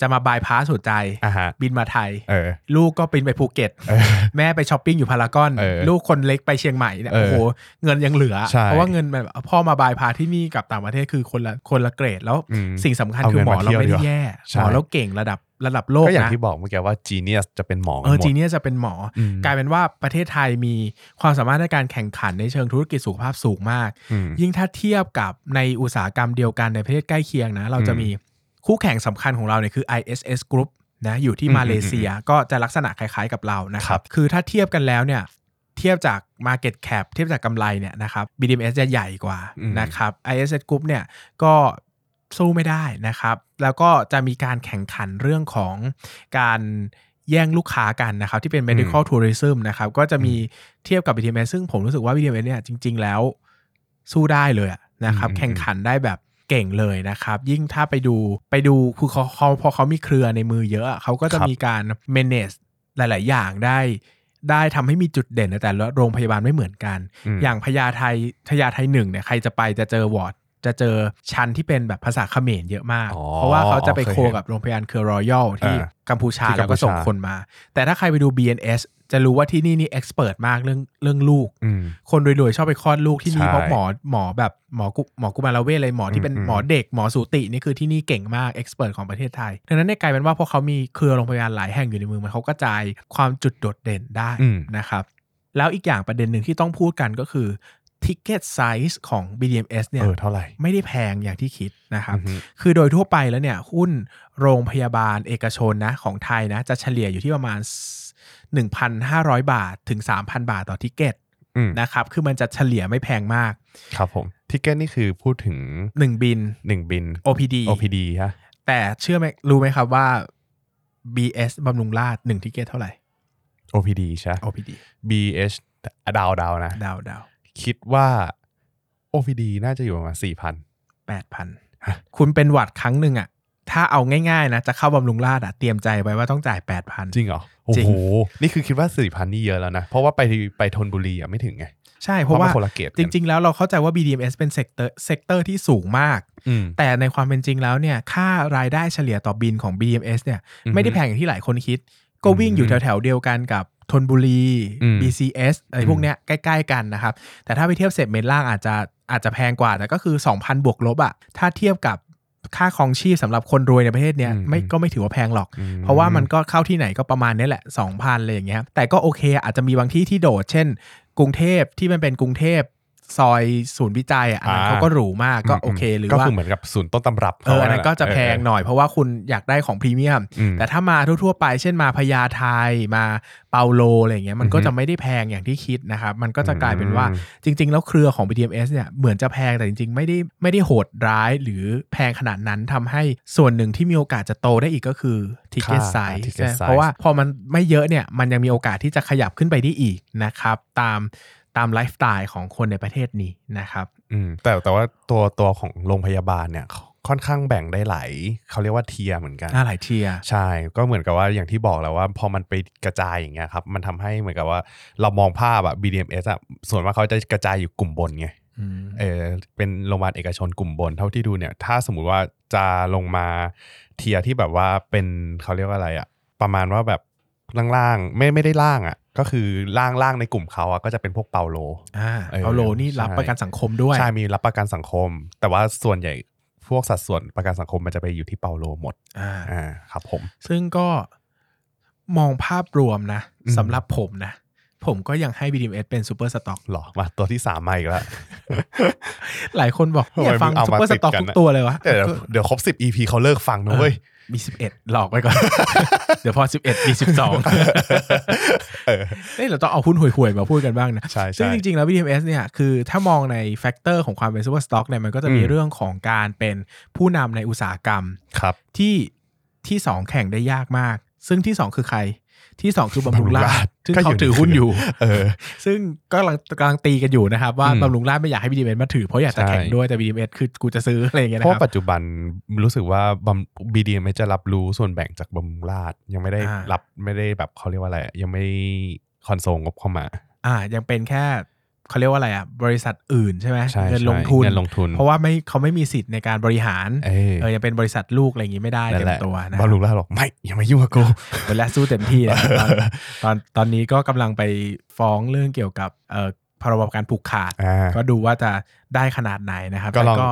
Speaker 1: จะมาบายพาสหัวใจ
Speaker 2: อ่าฮะ
Speaker 1: บินมาไทย
Speaker 2: เออ
Speaker 1: ลูกก็บินไปภูเก็ต
Speaker 2: เออ
Speaker 1: แม่ไปช้อปปิ้งอยู่พารากอน
Speaker 2: เออ
Speaker 1: ลูกคนเล็กไปเชียงใหม่เนี่ย
Speaker 2: เออ
Speaker 1: โอ้โหเงินยังเหลือ
Speaker 2: ใช่
Speaker 1: เพราะว่าเงินแบบพ่อมาบายพาที่นี่กับต่างประเทศคือคนละคนละเกรดแล้ว
Speaker 2: อืม
Speaker 1: สิ่งสำคัญ
Speaker 2: เอา
Speaker 1: คือ
Speaker 2: เงิน
Speaker 1: หมอ
Speaker 2: มา
Speaker 1: เรา
Speaker 2: เที่ยว
Speaker 1: ไม่
Speaker 2: ดี
Speaker 1: ได้
Speaker 2: กว่า
Speaker 1: แย่
Speaker 2: ใช่
Speaker 1: หมอเราเก่งระดับระดับโลก
Speaker 2: ก็อย่าง
Speaker 1: นะ
Speaker 2: ที่บอกเมื่อกี้ว่า genius จะเป็นหมอ
Speaker 1: เออ
Speaker 2: หมด
Speaker 1: จีเนียจะเป็นหมออ
Speaker 2: ม
Speaker 1: กลายเป็นว่าประเทศไทยมีความสามารถในการแข่งขันในเชิงธุรกิจสุขภาพสูงมาก
Speaker 2: อืม
Speaker 1: ยิ่งถ้าเทียบกับในอุตสาหกรรมเดียวกันในประเทศใกล้เคียงนะ เราจะ
Speaker 2: อืม
Speaker 1: มีคู่แข่งสำคัญของเราเนี่ยคือ ISS Group นะอยู่ที่
Speaker 2: อืม
Speaker 1: มาเลเซียก็จะลักษณะคล้ายๆกับเรานะค
Speaker 2: ครั
Speaker 1: รับ
Speaker 2: บ
Speaker 1: คือถ้าเทียบกันแล้วเนี่ย เทียบจาก Market Cap เทียบจากกำไรเนี่ยนะครับ BDMs จะใหญ่กว่านะครับ ISS Group เนี่ยก็สู้ไม่ได้นะครับ แล้วก็จะมีการแข่งขันเรื่องของการแย่งลูกค้ากันนะครับ ที่เป็น medical tourism นะครับ ก็จะมีเทียบกับ BDMs ซึ่งผมรู้สึกว่า BDMs เนี่ยจริง ๆ แล้วสู้ได้เลยอะนะครับ
Speaker 2: อืม
Speaker 1: แข่งขันได้แบบเก่งเลยนะครับ ยิ่งถ้าไปดูไปดูคือเขาเขาพอเขามีเครือในมือเยอะอะเขาก็จะมีการ manage หลาย ๆ อย่างได้ ได้ทำให้มีจุดเด่นในแต่ละโรงพยาบาลไม่เหมือนกัน
Speaker 2: ม
Speaker 1: อย่างพญาไทพญาไทหนึ่งเนี่ยใครจะไปจะเจอวอร์ดจะเจอชั้นที่เป็นแบบภาษาเขมรเยอะมาก
Speaker 2: อ๋อ
Speaker 1: เพราะว่าเขาจะไปโค
Speaker 2: เคยเห็น
Speaker 1: กับโรงพยาบาลเครือรอยัลที่
Speaker 2: อ่า
Speaker 1: กัมพูชา
Speaker 2: ที่กั
Speaker 1: แล้
Speaker 2: ม
Speaker 1: ว
Speaker 2: พู
Speaker 1: ก็
Speaker 2: ชา
Speaker 1: ส่งคนมา แต่ถ้าใครไปดู BNS จะรู้ว่าที่นี่นี่เอ็กซ์เพรสมากเรื่องเรื่องลูก
Speaker 2: อืม
Speaker 1: คนรวยๆชอบไปคลอดลูกที่นี่
Speaker 2: ใช่
Speaker 1: เพราะหมอหมอแบบหมอกุหมอกุมารเวชอะไรหมอที่เป็น
Speaker 2: อืมอืม
Speaker 1: หมอเด็กหมอสูตินี่คือที่นี่เก่งมากเอ็กซ์เพรสของประเทศไทยดังนั้นเนี่ยกลายเป็นว่าพอเขามีเครือโรงพยาบาลหลายแห่งอยู่ในมือมันเขากระจายความจุดโดดเด่นได้
Speaker 2: อืม
Speaker 1: นะครับแล้วอีกอย่างประเด็นหนึ่งที่ต้องพูดกันก็คือ Ticket Size ของ BDMs เนี่ย
Speaker 2: เออ เท่าไหร่
Speaker 1: ไม่ได้แพงอย่างที่คิดนะครับ
Speaker 2: อืม
Speaker 1: คือโดยทั่วไปแล้วเนี่ยหุ้นโรงพยาบาลเอกชนนะของไทยนะจะเฉลี่ยอยู่ที่ประมาณ 1,500 บาทถึง 3,000 บาทต่อทิเกต
Speaker 2: อืม
Speaker 1: นะครับ คือมันจะเฉลี่ยไม่แพงมาก
Speaker 2: ครับผมทิเก็ตนี่คือพูดถึง
Speaker 1: 1 บิน
Speaker 2: 1 บิน
Speaker 1: OPD
Speaker 2: OPD ฮะ
Speaker 1: แต่เชื่อไหมรู้ไหมครับว่า BS บำรุงราษฎร์หนึ่งทิเกตเท่าไหร่
Speaker 2: OPD ใช่
Speaker 1: OPD
Speaker 2: BH ดาวดาวนะ
Speaker 1: ดาวดาว
Speaker 2: คิดว่า OPD น่าจะอยู่ประมาณสี่พัน
Speaker 1: แปดพันคุณเป็นหวัดครั้งหนึ่งอะถ้าเอาง่ายๆนะจะเข้าบำรุงราษฎร์อะเตรียมใจไว้ว่าต้องจ่ายแปดพัน
Speaker 2: จริงเหรอ
Speaker 1: จ
Speaker 2: โอ้
Speaker 1: ริง
Speaker 2: โห นี่คือคิดว่าสี่พันนี่เยอะแล้วนะ เพราะว่าไปไปธนบุรีอ่ะไม่ถึงไง
Speaker 1: ใช่
Speaker 2: เพ
Speaker 1: เพ
Speaker 2: ราะ
Speaker 1: ราะ
Speaker 2: ว่า
Speaker 1: ว่า
Speaker 2: คนละเกต
Speaker 1: จริง ๆ แล้วเราเข้าใจว่า BDMs เป็นเซกเตอร์เซกเตอร์ที่สูงมาก
Speaker 2: ๆอืม
Speaker 1: แต่ในความเป็นจริงแล้วเนี่ยค่ารายได้เฉลี่ยต่อบินของ BDMs เนี่ย
Speaker 2: อือฮึ
Speaker 1: ไม่ได้แพงอย่างที่หลายคนคิด ก็
Speaker 2: อืม
Speaker 1: วิ่งอยู่แถวๆเดียวกันกับธนบุรี
Speaker 2: อืม
Speaker 1: BCS อะไรพวกเนี้ยใกล้ ๆ กันนะครับ แต่ถ้าไปเทียบเซกเมนต์ล่างอาจจะอาจจะแพงกว่า แต่ก็คือ 2,000 บวกลบอะถ้าเทียบกับค่าครองชีพสำหรับคนรวยในประเทศเนี้ย
Speaker 2: อืม
Speaker 1: ไม่ก็ไม่ถือว่าแพงหรอก
Speaker 2: อื
Speaker 1: เพราะว่ามันก็เข้าที่ไหนก็ประมาณนี้แหละ 2,000อะไรอย่างเงี้ยครับแต่ก็โอเค อาจจะมีบางที่ที่โดด เช่น กรุงเทพที่มันเป็นกรุงเทพซอยศูนย์วิจัยอ่ะอันนั้นเขาก็หรูมากก็โอเคหรือ
Speaker 2: ก็
Speaker 1: ว่า
Speaker 2: คือเหมือนกับศูนย์ต้นตำรับ
Speaker 1: เอออันนั้นก็จะแพงหน่อยเพราะว่าคุณอยากได้ของพรีเมียม แต่
Speaker 2: แต่
Speaker 1: ถ้ามาทั่วๆไป เช่นมาพญาไทมาเปาโลอะไรอย่างเงี้ยมันก็
Speaker 2: อือฮึ
Speaker 1: จะไม่ได้แพงอย่างที่คิดนะครับ มันก็จะกลายเป็นว่า
Speaker 2: อืม
Speaker 1: จริง ๆ แล้วเครือของ BTMS เนี่ยเหมือนจะแพงแต่จริง ๆ ไม่ได้ไม่ได้โหดร้ายหรือแพงขนาดนั้นทำให้ส่วนหนึ่งที่มีโอกาสจะโตได้อีกก็คือ ticket
Speaker 2: ค่า
Speaker 1: size
Speaker 2: ticket
Speaker 1: ใช่ไหม
Speaker 2: size
Speaker 1: เพราะว่าพอมันไม่เยอะเนี่ยมันยังมีโอกาสที่จะขยับขึ้นไปได้อีกนะครับตามตามไลฟ์สไตล์ของคนในประเทศนี้นะครับ
Speaker 2: แต่แต่ว่าตัวตัวของโรงพยาบาลเนี่ยค่อนข้างแบ่งได้หลายเขาเรียกว่าเทียร์เหมือนกัน
Speaker 1: น่าหลายเทียร์
Speaker 2: ใช่ ก็เหมือนกับว่าอย่างที่บอกแล้วว่าพอมันไปกระจายอย่างเงี้ยครับ มันทำให้เหมือนกับว่าเรามองภาพอะ BDMs อะส่วนมากเขาจะกระจายอยู่กลุ่มบนไง เออเป็นโรงพยาบาลเอกชนกลุ่มบนเท่าที่ดูเนี่ย ถ้าสมมุติว่าจะลงมาเทียร์ที่แบบว่าเป็นเขาเรียกว่าอะไรอะประมาณว่าแบบล่างๆไม่ไม่ได้ล่างอะก็คือล่างล่างในกลุ่มเขาอะก็จะเป็นพวกเปาโล
Speaker 1: อ่า
Speaker 2: เออ
Speaker 1: เปาโลนี่รับ
Speaker 2: ใช่
Speaker 1: ประกันสังคมด้วย
Speaker 2: ใช่มีรับประกันสังคม แต่ว่าส่วนใหญ่พวกสัดส่วนประกันสังคมมันจะไปอยู่ที่เปาโลหมด
Speaker 1: อ่า
Speaker 2: อ่าครับผม
Speaker 1: ซึ่งก็มองภาพรวมนะ
Speaker 2: อืม
Speaker 1: สำหรับผมนะ ผมก็ยังให้ BDMs เป็นซูเปอร์สต็อก
Speaker 2: หรอมาตัวที่สามมาอีกแล้ว
Speaker 1: หลายคนบอกเนี่ย
Speaker 2: ทำไม
Speaker 1: ฟัง
Speaker 2: มึงเอา
Speaker 1: ซู
Speaker 2: มา
Speaker 1: เปอร์สต็อก
Speaker 2: ติดกัน
Speaker 1: ทุก
Speaker 2: อะ
Speaker 1: ตัวเลยวะ
Speaker 2: เดี๋ยวเดี๋ยวครบสิบ EP เขาเลิกฟังนะเว้ย
Speaker 1: มีสิบเอ็ดหลอกไปก่อน เดี๋ยวพอสิบเอ็ดมีสิ บสอง
Speaker 2: เออ
Speaker 1: นี่เราต้องเอาหุ้นห่วยๆมาพูดกันบ้างนะ
Speaker 2: ใช่
Speaker 1: ซึ่ง
Speaker 2: ใช่
Speaker 1: จริงๆ แล้ว BTMS เนี่ยคือถ้ามองในแฟกเตอร์ของความเป็นซูเปอร์สต็อกเนี่ยมันก็จะมี
Speaker 2: อืม
Speaker 1: เรื่องของการเป็นผู้นำในอุตสาหกรรม
Speaker 2: ครับ
Speaker 1: ที่ที่สองแข่งได้ยากมาก ซึ่งที่สองคือใคร ที่สองคือบำรุงรา
Speaker 2: บำรุงรา
Speaker 1: ช
Speaker 2: ษฎร์
Speaker 1: ซึ่งเขา
Speaker 2: ก็อยู่
Speaker 1: ถือ
Speaker 2: ใน
Speaker 1: หุ้นอยู่
Speaker 2: เออ
Speaker 1: ซึ่งก็กำลังกำลังตีกันอยู่นะครับ ว่า
Speaker 2: อืม
Speaker 1: บำรุงราชไม่อยากให้ BDMS มาถือเพราะอยากจะ
Speaker 2: ใช่
Speaker 1: แข่งด้วยแต่ BDMS คือกูจะซื้ออะไรอย่างเงี้ย
Speaker 2: เพราะ
Speaker 1: นะค
Speaker 2: ว่า
Speaker 1: รับ
Speaker 2: ปัจจุบันรู้สึกว่าบำ BDM จะรับรู้ส่วนแบ่งจากบำรุงราษฎร์ยังไม่ได้
Speaker 1: อ่ารั
Speaker 2: รับไม่ได้แบบเขาเรียกว่าอะไรอะยังไม่คอนโซลงบเข้ามา
Speaker 1: อ่ายังเป็นแค่เขาเรียกว่าอะไรอ่ะบริษัทอื่นใช่ไหม
Speaker 2: ใช่
Speaker 1: เงิน
Speaker 2: ใช่
Speaker 1: ลงทุน
Speaker 2: เงินลงทุน
Speaker 1: เพราะว่าไม่เขาไม่มีสิทธิ์ในการบริหาร
Speaker 2: เออ
Speaker 1: เออยังเป็นบริษัทลูกอะไรอย่างงี้ไม่ได้
Speaker 2: นั่
Speaker 1: เต็
Speaker 2: นแห
Speaker 1: ม
Speaker 2: ละ
Speaker 1: ตัวนะ
Speaker 2: บำรุงราษฎร์บอกไม่อย่ามายุ่งกับกู
Speaker 1: เวลาสู้เต็มที่ นะตอนตอนตอนนี้ก็กำลังไปฟ้องเรื่องเกี่ยวกับเอ่อพรบการผูกขาด
Speaker 2: อ่า
Speaker 1: ก็ดูว่าจะได้ขนาดไหนนะครับ
Speaker 2: ก็
Speaker 1: แต่
Speaker 2: ลอง
Speaker 1: ก็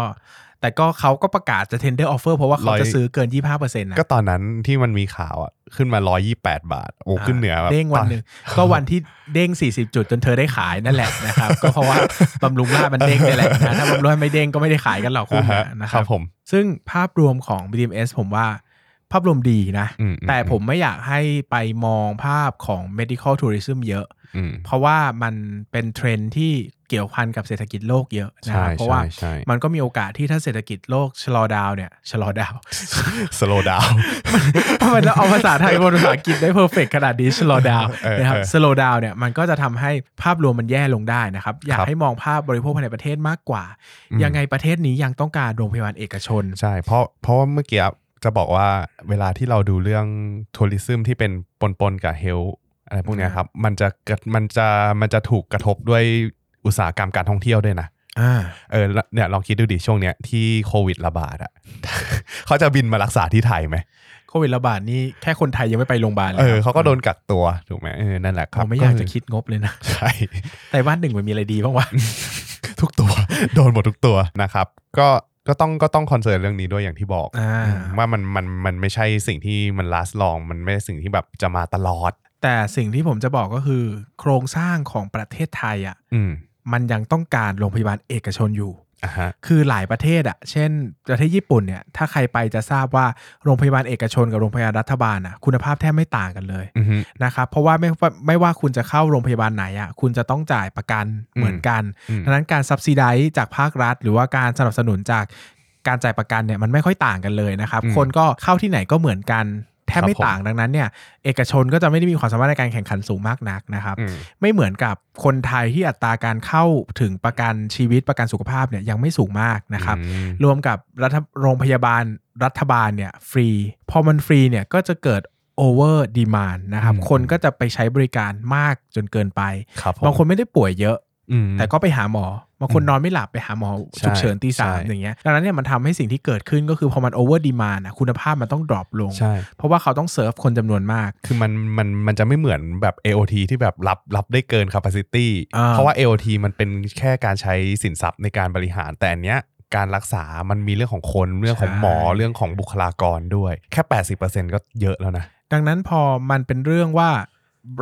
Speaker 1: แต่ก็เขาก็ประกาศจะ tender offer เพราะว่าเขา
Speaker 2: ร้อย
Speaker 1: จะซื้อเกิน 25เปอร์เซ็นต์นะ
Speaker 2: ก็ตอนนั้นที่มันมีข่าวอ่ะขึ้นมา 128 บาท โอ้ขึ้นเหนือแบบ
Speaker 1: เด้งวันหนึ่งก็วันที่เด้ง 40 จุดจนเธอได้ขายนั่นแหละนะครับ ก็เพราะว่าบำรุงราชมันเด้งนี่แหละนะถ้าบำรุงราษฎร์ไม่เด้งก็ไม่ได้ขายกันหรอกคุณ
Speaker 2: อ่าฮะ
Speaker 1: นะค
Speaker 2: ค
Speaker 1: รั
Speaker 2: รั
Speaker 1: บบ
Speaker 2: ผม
Speaker 1: ซึ่งภาพรวมของ BDMs ผมว่าภาพรวมดีนะ
Speaker 2: อืๆ
Speaker 1: แต่ผมไม่อยากให้ไปมองภาพของ medical tourism เยอะ
Speaker 2: อืม
Speaker 1: เพราะว่ามันเป็นเทรนด์ที่เกี่ยวพันกับเศรษฐกิจโลกเยอะนะค
Speaker 2: ใช่
Speaker 1: รับเพราะว่า
Speaker 2: ใช่
Speaker 1: มันก็มีโอกาสที่ถ้าเศรษฐกิจโลกชะลอดาวเนี่ยชะลอดาว
Speaker 2: สโลดาว
Speaker 1: ทำไมเราเอาภาษาไทยบนภาษาอังกฤษได้เพอร์เฟกขนาดนี้ชะลอดาว
Speaker 2: เออ
Speaker 1: นะครับ
Speaker 2: เออ
Speaker 1: สโลดาวเนี่ยมันก็จะทำให้ภาพรวมมันแย่ลงได้นะครับ อยาก
Speaker 2: ครับ
Speaker 1: ให้มองภาพบริโภคภายในประเทศมากกว่า
Speaker 2: อืม
Speaker 1: ยังไงประเทศนี้ยังต้องการโรงพยาบาลเอกชน
Speaker 2: ใช่ เพราะเพราะว่าเมื่อกี้จะบอกว่าเวลาที่เราดูเรื่องทัวริซึมที่เป็นปนปนๆกับเฮลอะไรพวกเนี้ยครับ มันจะเกิดมันจะมันจะถูกกระทบด้วยอุตสาหกรรมการท่องเที่ยวด้วยนะ
Speaker 1: อ่า
Speaker 2: เออแล้วเนี่ยลองคิดดูดิช่วงเนี้ยที่โควิดระบาดอะ เขาจะบินมารักษาที่ไทยไหม
Speaker 1: โควิดระบาดนี่แค่คนไทยยังไม่ไปโรงพยาบาลเลย
Speaker 2: เอ
Speaker 1: ค
Speaker 2: อ
Speaker 1: รับ
Speaker 2: เขาก็โดนกักตัวถูกไหมเออนั่นแหละครั
Speaker 1: ผ
Speaker 2: บ
Speaker 1: มไม่อยากจะ
Speaker 2: คื
Speaker 1: คิดงบเลยนะ
Speaker 2: ใช่
Speaker 1: ไต่บ้านหนึ่งมันมีอะไรดีบ้างวะ
Speaker 2: ทุกตัว โดนหมดทุกตัวนะครับ ก็ก็ต้องก็ต้องคอนเซิร์นเรื่องนี้ด้วยอย่างที่บอก
Speaker 1: อ่า
Speaker 2: ว่ามันมันมันไม่ใช่สิ่งที่มัน last long มันไม่ใช่สิ่งที่แบบจะมาตลอด
Speaker 1: แต่สิ่งที่ผมจะบอกก็คือ โครงสร้างของประเทศไทยอ่ะ
Speaker 2: อืม
Speaker 1: มันยังต้องการโรงพยาบาลเอกชนอยู่
Speaker 2: อ่ะฮะ
Speaker 1: คือหลายประเทศอ่ะ เช่น ประเทศญี่ปุ่นเนี่ย ถ้าใครไปจะทราบว่าโรงพยาบาลเอกชนกับโรงพยาบาลรัฐบาลอ่ะคุณภาพแทบไม่ต่างกันเลย
Speaker 2: อือฮึ
Speaker 1: นะครับ เพราะว่าไม่ว่าไม่ว่าคุณจะเข้าโรงพยาบาลไหนอ่ะคุณจะต้องจ่ายประกันเหมือนกัน
Speaker 2: อืม
Speaker 1: ดังนั้นการ subsidize จากภาครัฐ หรือว่าการสนับสนุนจากการจ่ายประกันเนี่ยมันไม่ค่อยต่างกันเลยนะครับ
Speaker 2: อืม
Speaker 1: คนก็เข้าที่ไหนก็เหมือนกันแทบไม่
Speaker 2: ครับผม
Speaker 1: ต่างดังนั้นเนี่ยเอกชนก็จะไม่ได้มีความสามารถในการแข่งขันสูงมากนักนะครับ
Speaker 2: อืม
Speaker 1: ไม่เหมือนกับคนไทยที่อัตราการเข้าถึงประกันชีวิตประกันสุขภาพเนี่ยยังไม่สูงมากนะครับ
Speaker 2: อืม
Speaker 1: รวมกับรัฐโรงพยาบาลรัฐบาลเนี่ยฟรี พอมันฟรีเนี่ยก็จะเกิด over demand นะครับ
Speaker 2: อืม
Speaker 1: คนก็จะไปใช้บริการมากจนเกินไป
Speaker 2: ครับผม
Speaker 1: บางคนไม่ได้ป่วยเยอะ
Speaker 2: อืม
Speaker 1: แต่ก็ไปหาหมอ บางคน
Speaker 2: อืม
Speaker 1: นอนไม่หลับไปหาหมอ
Speaker 2: ใช่
Speaker 1: ฉุกเฉินตีสาม
Speaker 2: ใช่
Speaker 1: อย่างเงี้ยดังนั้นเนี่ยมันทำให้สิ่งที่เกิดขึ้นก็คือพอมัน over demand อะคุณภาพมันต้อง drop ลง
Speaker 2: ใช่
Speaker 1: เพราะว่าเขาต้องเซิร์ฟคนจำนวนมาก
Speaker 2: คือมันมันมันจะไม่เหมือนแบบ AOT ที่แบบรับรับได้เกิน capacity
Speaker 1: อ่า
Speaker 2: เพราะว่า AOT มันเป็นแค่การใช้สินทรัพย์ในการบริหาร แต่อันเนี้ยการรักษามันมีเรื่องของคนเรื่องของหมอเรื่องของบุคลากรด้วย แค่ 80%ก็เยอะแล้วนะ
Speaker 1: ดังนั้นพอมันเป็นเรื่องว่า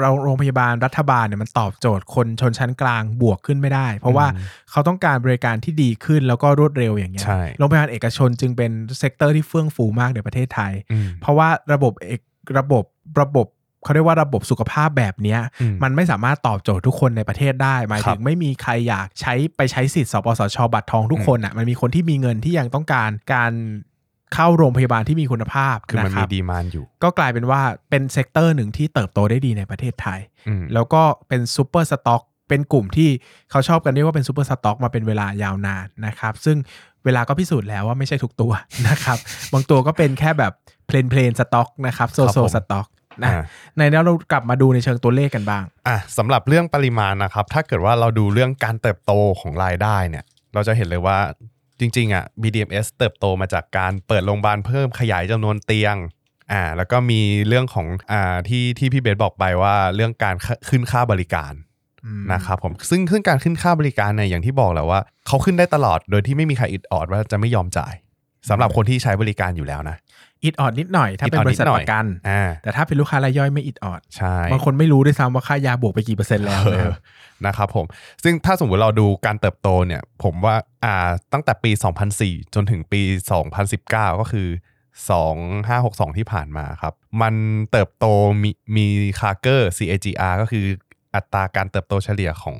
Speaker 1: เราโรงพยาบาลรัฐบาลเนี่ยมันตอบโจทย์คนชนชั้นกลางบวกขึ้นไม่ได้ เพราะว่า
Speaker 2: อืม
Speaker 1: เขาต้องการบริการที่ดีขึ้นแล้วก็รวดเร็วอย่างเงี้ย
Speaker 2: ใช่
Speaker 1: โรงพยาบาลเอกชนจึงเป็นเซกเตอร์ที่เฟื่องฟูมากในประเทศไทย
Speaker 2: อืม
Speaker 1: เพราะว่าระบบเอกระบบระบบเขาเรียกว่าระบบสุขภาพแบบเนี้ย
Speaker 2: อืม
Speaker 1: มันไม่สามารถตอบโจทย์ทุกคนในประเทศได้ หมาย
Speaker 2: ครั
Speaker 1: ถึ
Speaker 2: บ
Speaker 1: งไม่มีใครอยากใช้ไปใช้สิทธิ์สปสชบัตรทองทุกคนอ่ะมันมีคนที่มีเงินที่ยังต้องการการเข้าโรงพยาบาลที่มีคุณภาพ
Speaker 2: คือมันมี
Speaker 1: ะรับ
Speaker 2: demand อยู่
Speaker 1: ก็กลายเป็นว่าเป็นเซกเตอร์หนึ่งที่เติบโตได้ดีในประเทศไทย
Speaker 2: อืม
Speaker 1: แล้วก็เป็นซูเปอร์สต็อกเป็นกลุ่มที่เขาชอบกันเรียกว่าเป็นซูเปอร์สต็อกมาเป็นเวลายาวนานนะครับ ซึ่งเวลาก็พิสูจน์แล้วว่าไม่ใช่ทุกตัว นะครับ บางตัวก็เป็นแค่แบบเพลนเพลนสต็อกนะครับโซ
Speaker 2: ครับ
Speaker 1: โซ
Speaker 2: ผม
Speaker 1: สต็อกนะ
Speaker 2: อ่า
Speaker 1: ในนี้เรากลับมาดูในเชิงตัวเลขกันบ้าง
Speaker 2: อ่ะสำหรับเรื่องปริมาณนะครับ ถ้าเกิดว่าเราดูเรื่องการเติบโตของรายได้เนี่ย เราจะเห็นเลยว่าจริงๆอ่ะ BDMs เติบโตมาจากการเปิดโรงพยาบาลเพิ่มขยายจำนวนเตียงอ่าแล้วก็มีเรื่องของอ่าที่ที่พี่เบสบอกไปว่าเรื่องการขขึ้นค่าบริการ
Speaker 1: อืม
Speaker 2: นะครับผมซึ่งซึ่งการขึ้นค่าบริการเนี่ยอย่างที่บอกแหล้วว่าเขาขึ้นได้ตลอดโดยที่ไม่มีใครอิดออดว่าจะไม่ยอมจ่ายสำหรับคนที่ใช้บริการอยู่แล้วนะ
Speaker 1: อิดออดนิดหน่อย ถ้าเป็นบริษัทประกัน
Speaker 2: อ่า
Speaker 1: แต่ถ้าเป็นลูกค้ารายย่อยไม่อิดออด
Speaker 2: ใช่
Speaker 1: บางคนไม่รู้ด้วยซ้ำว่าค่ายาบวกไปกี่เปอร์เซ็นต์แล้วนะครับ
Speaker 2: เออนะครับผม ซึ่งถ้าสมมติเราดูการเติบโตเนี่ย ผมว่าอ่าตั้งแต่ปี 2004 จนถึงปี 2019 ก็คือ 2562 ที่ผ่านมาครับ มันเติบโตมีมีคาเกอร์ CAGR ก็คืออัตราการเติบโตเฉลี่ยของ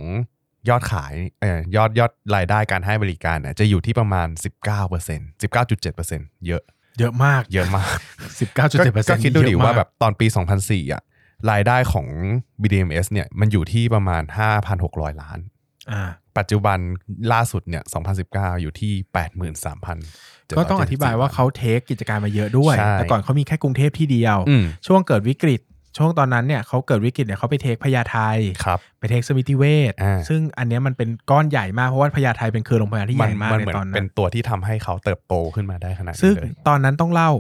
Speaker 2: ยอดขายเอ่อยอดยอดรายได้การให้บริการเนี่ยจะอยู่ที่ประมาณ 19% 19.7%เยอะ
Speaker 1: เยอะมาก
Speaker 2: เยอะมาก
Speaker 1: สิบเก้าจุดเจ็ดเปอร์เซ็น
Speaker 2: ก็
Speaker 1: ต์
Speaker 2: คิดดูดิว่าแบบตอนปี 2004อ่ะรายได้ของ BDMs เนี่ยมันอยู่ที่ประมาณ 5,600 ล้าน
Speaker 1: อ่า
Speaker 2: ปัจจุบันล่าสุดเนี่ย 2019 อยู่ที่ 83,000
Speaker 1: ก็ต้องอธิบายว่าเขาเทคกิจการมาเยอะด้วย
Speaker 2: ใช่
Speaker 1: แต่ก่อนเขามีแค่กรุงเทพที่เดียว
Speaker 2: อืม
Speaker 1: ช่วงเกิดวิกฤต ช่วงตอนนั้นเนี่ยเขาเกิดวิกฤตเนี่ยเขาไปเทคพญาไท
Speaker 2: ครับ
Speaker 1: ไปเทคสมิติเวช
Speaker 2: อ่า
Speaker 1: ซึ่งอันเนี้ยมันเป็นก้อนใหญ่มากเพราะว่าพญาไทที่เป็นเครือโรงพยาบาลที่ให
Speaker 2: มัน
Speaker 1: ญ่มาก
Speaker 2: มัน
Speaker 1: ใน
Speaker 2: เหมือน
Speaker 1: ตอน
Speaker 2: เป็
Speaker 1: นั้น น
Speaker 2: ตัวที่ทำให้เขาเติบโตขึ้นมาได้ขนาดนี้
Speaker 1: ซึ่ง
Speaker 2: เลย
Speaker 1: ตอนนั้นต้องเล่า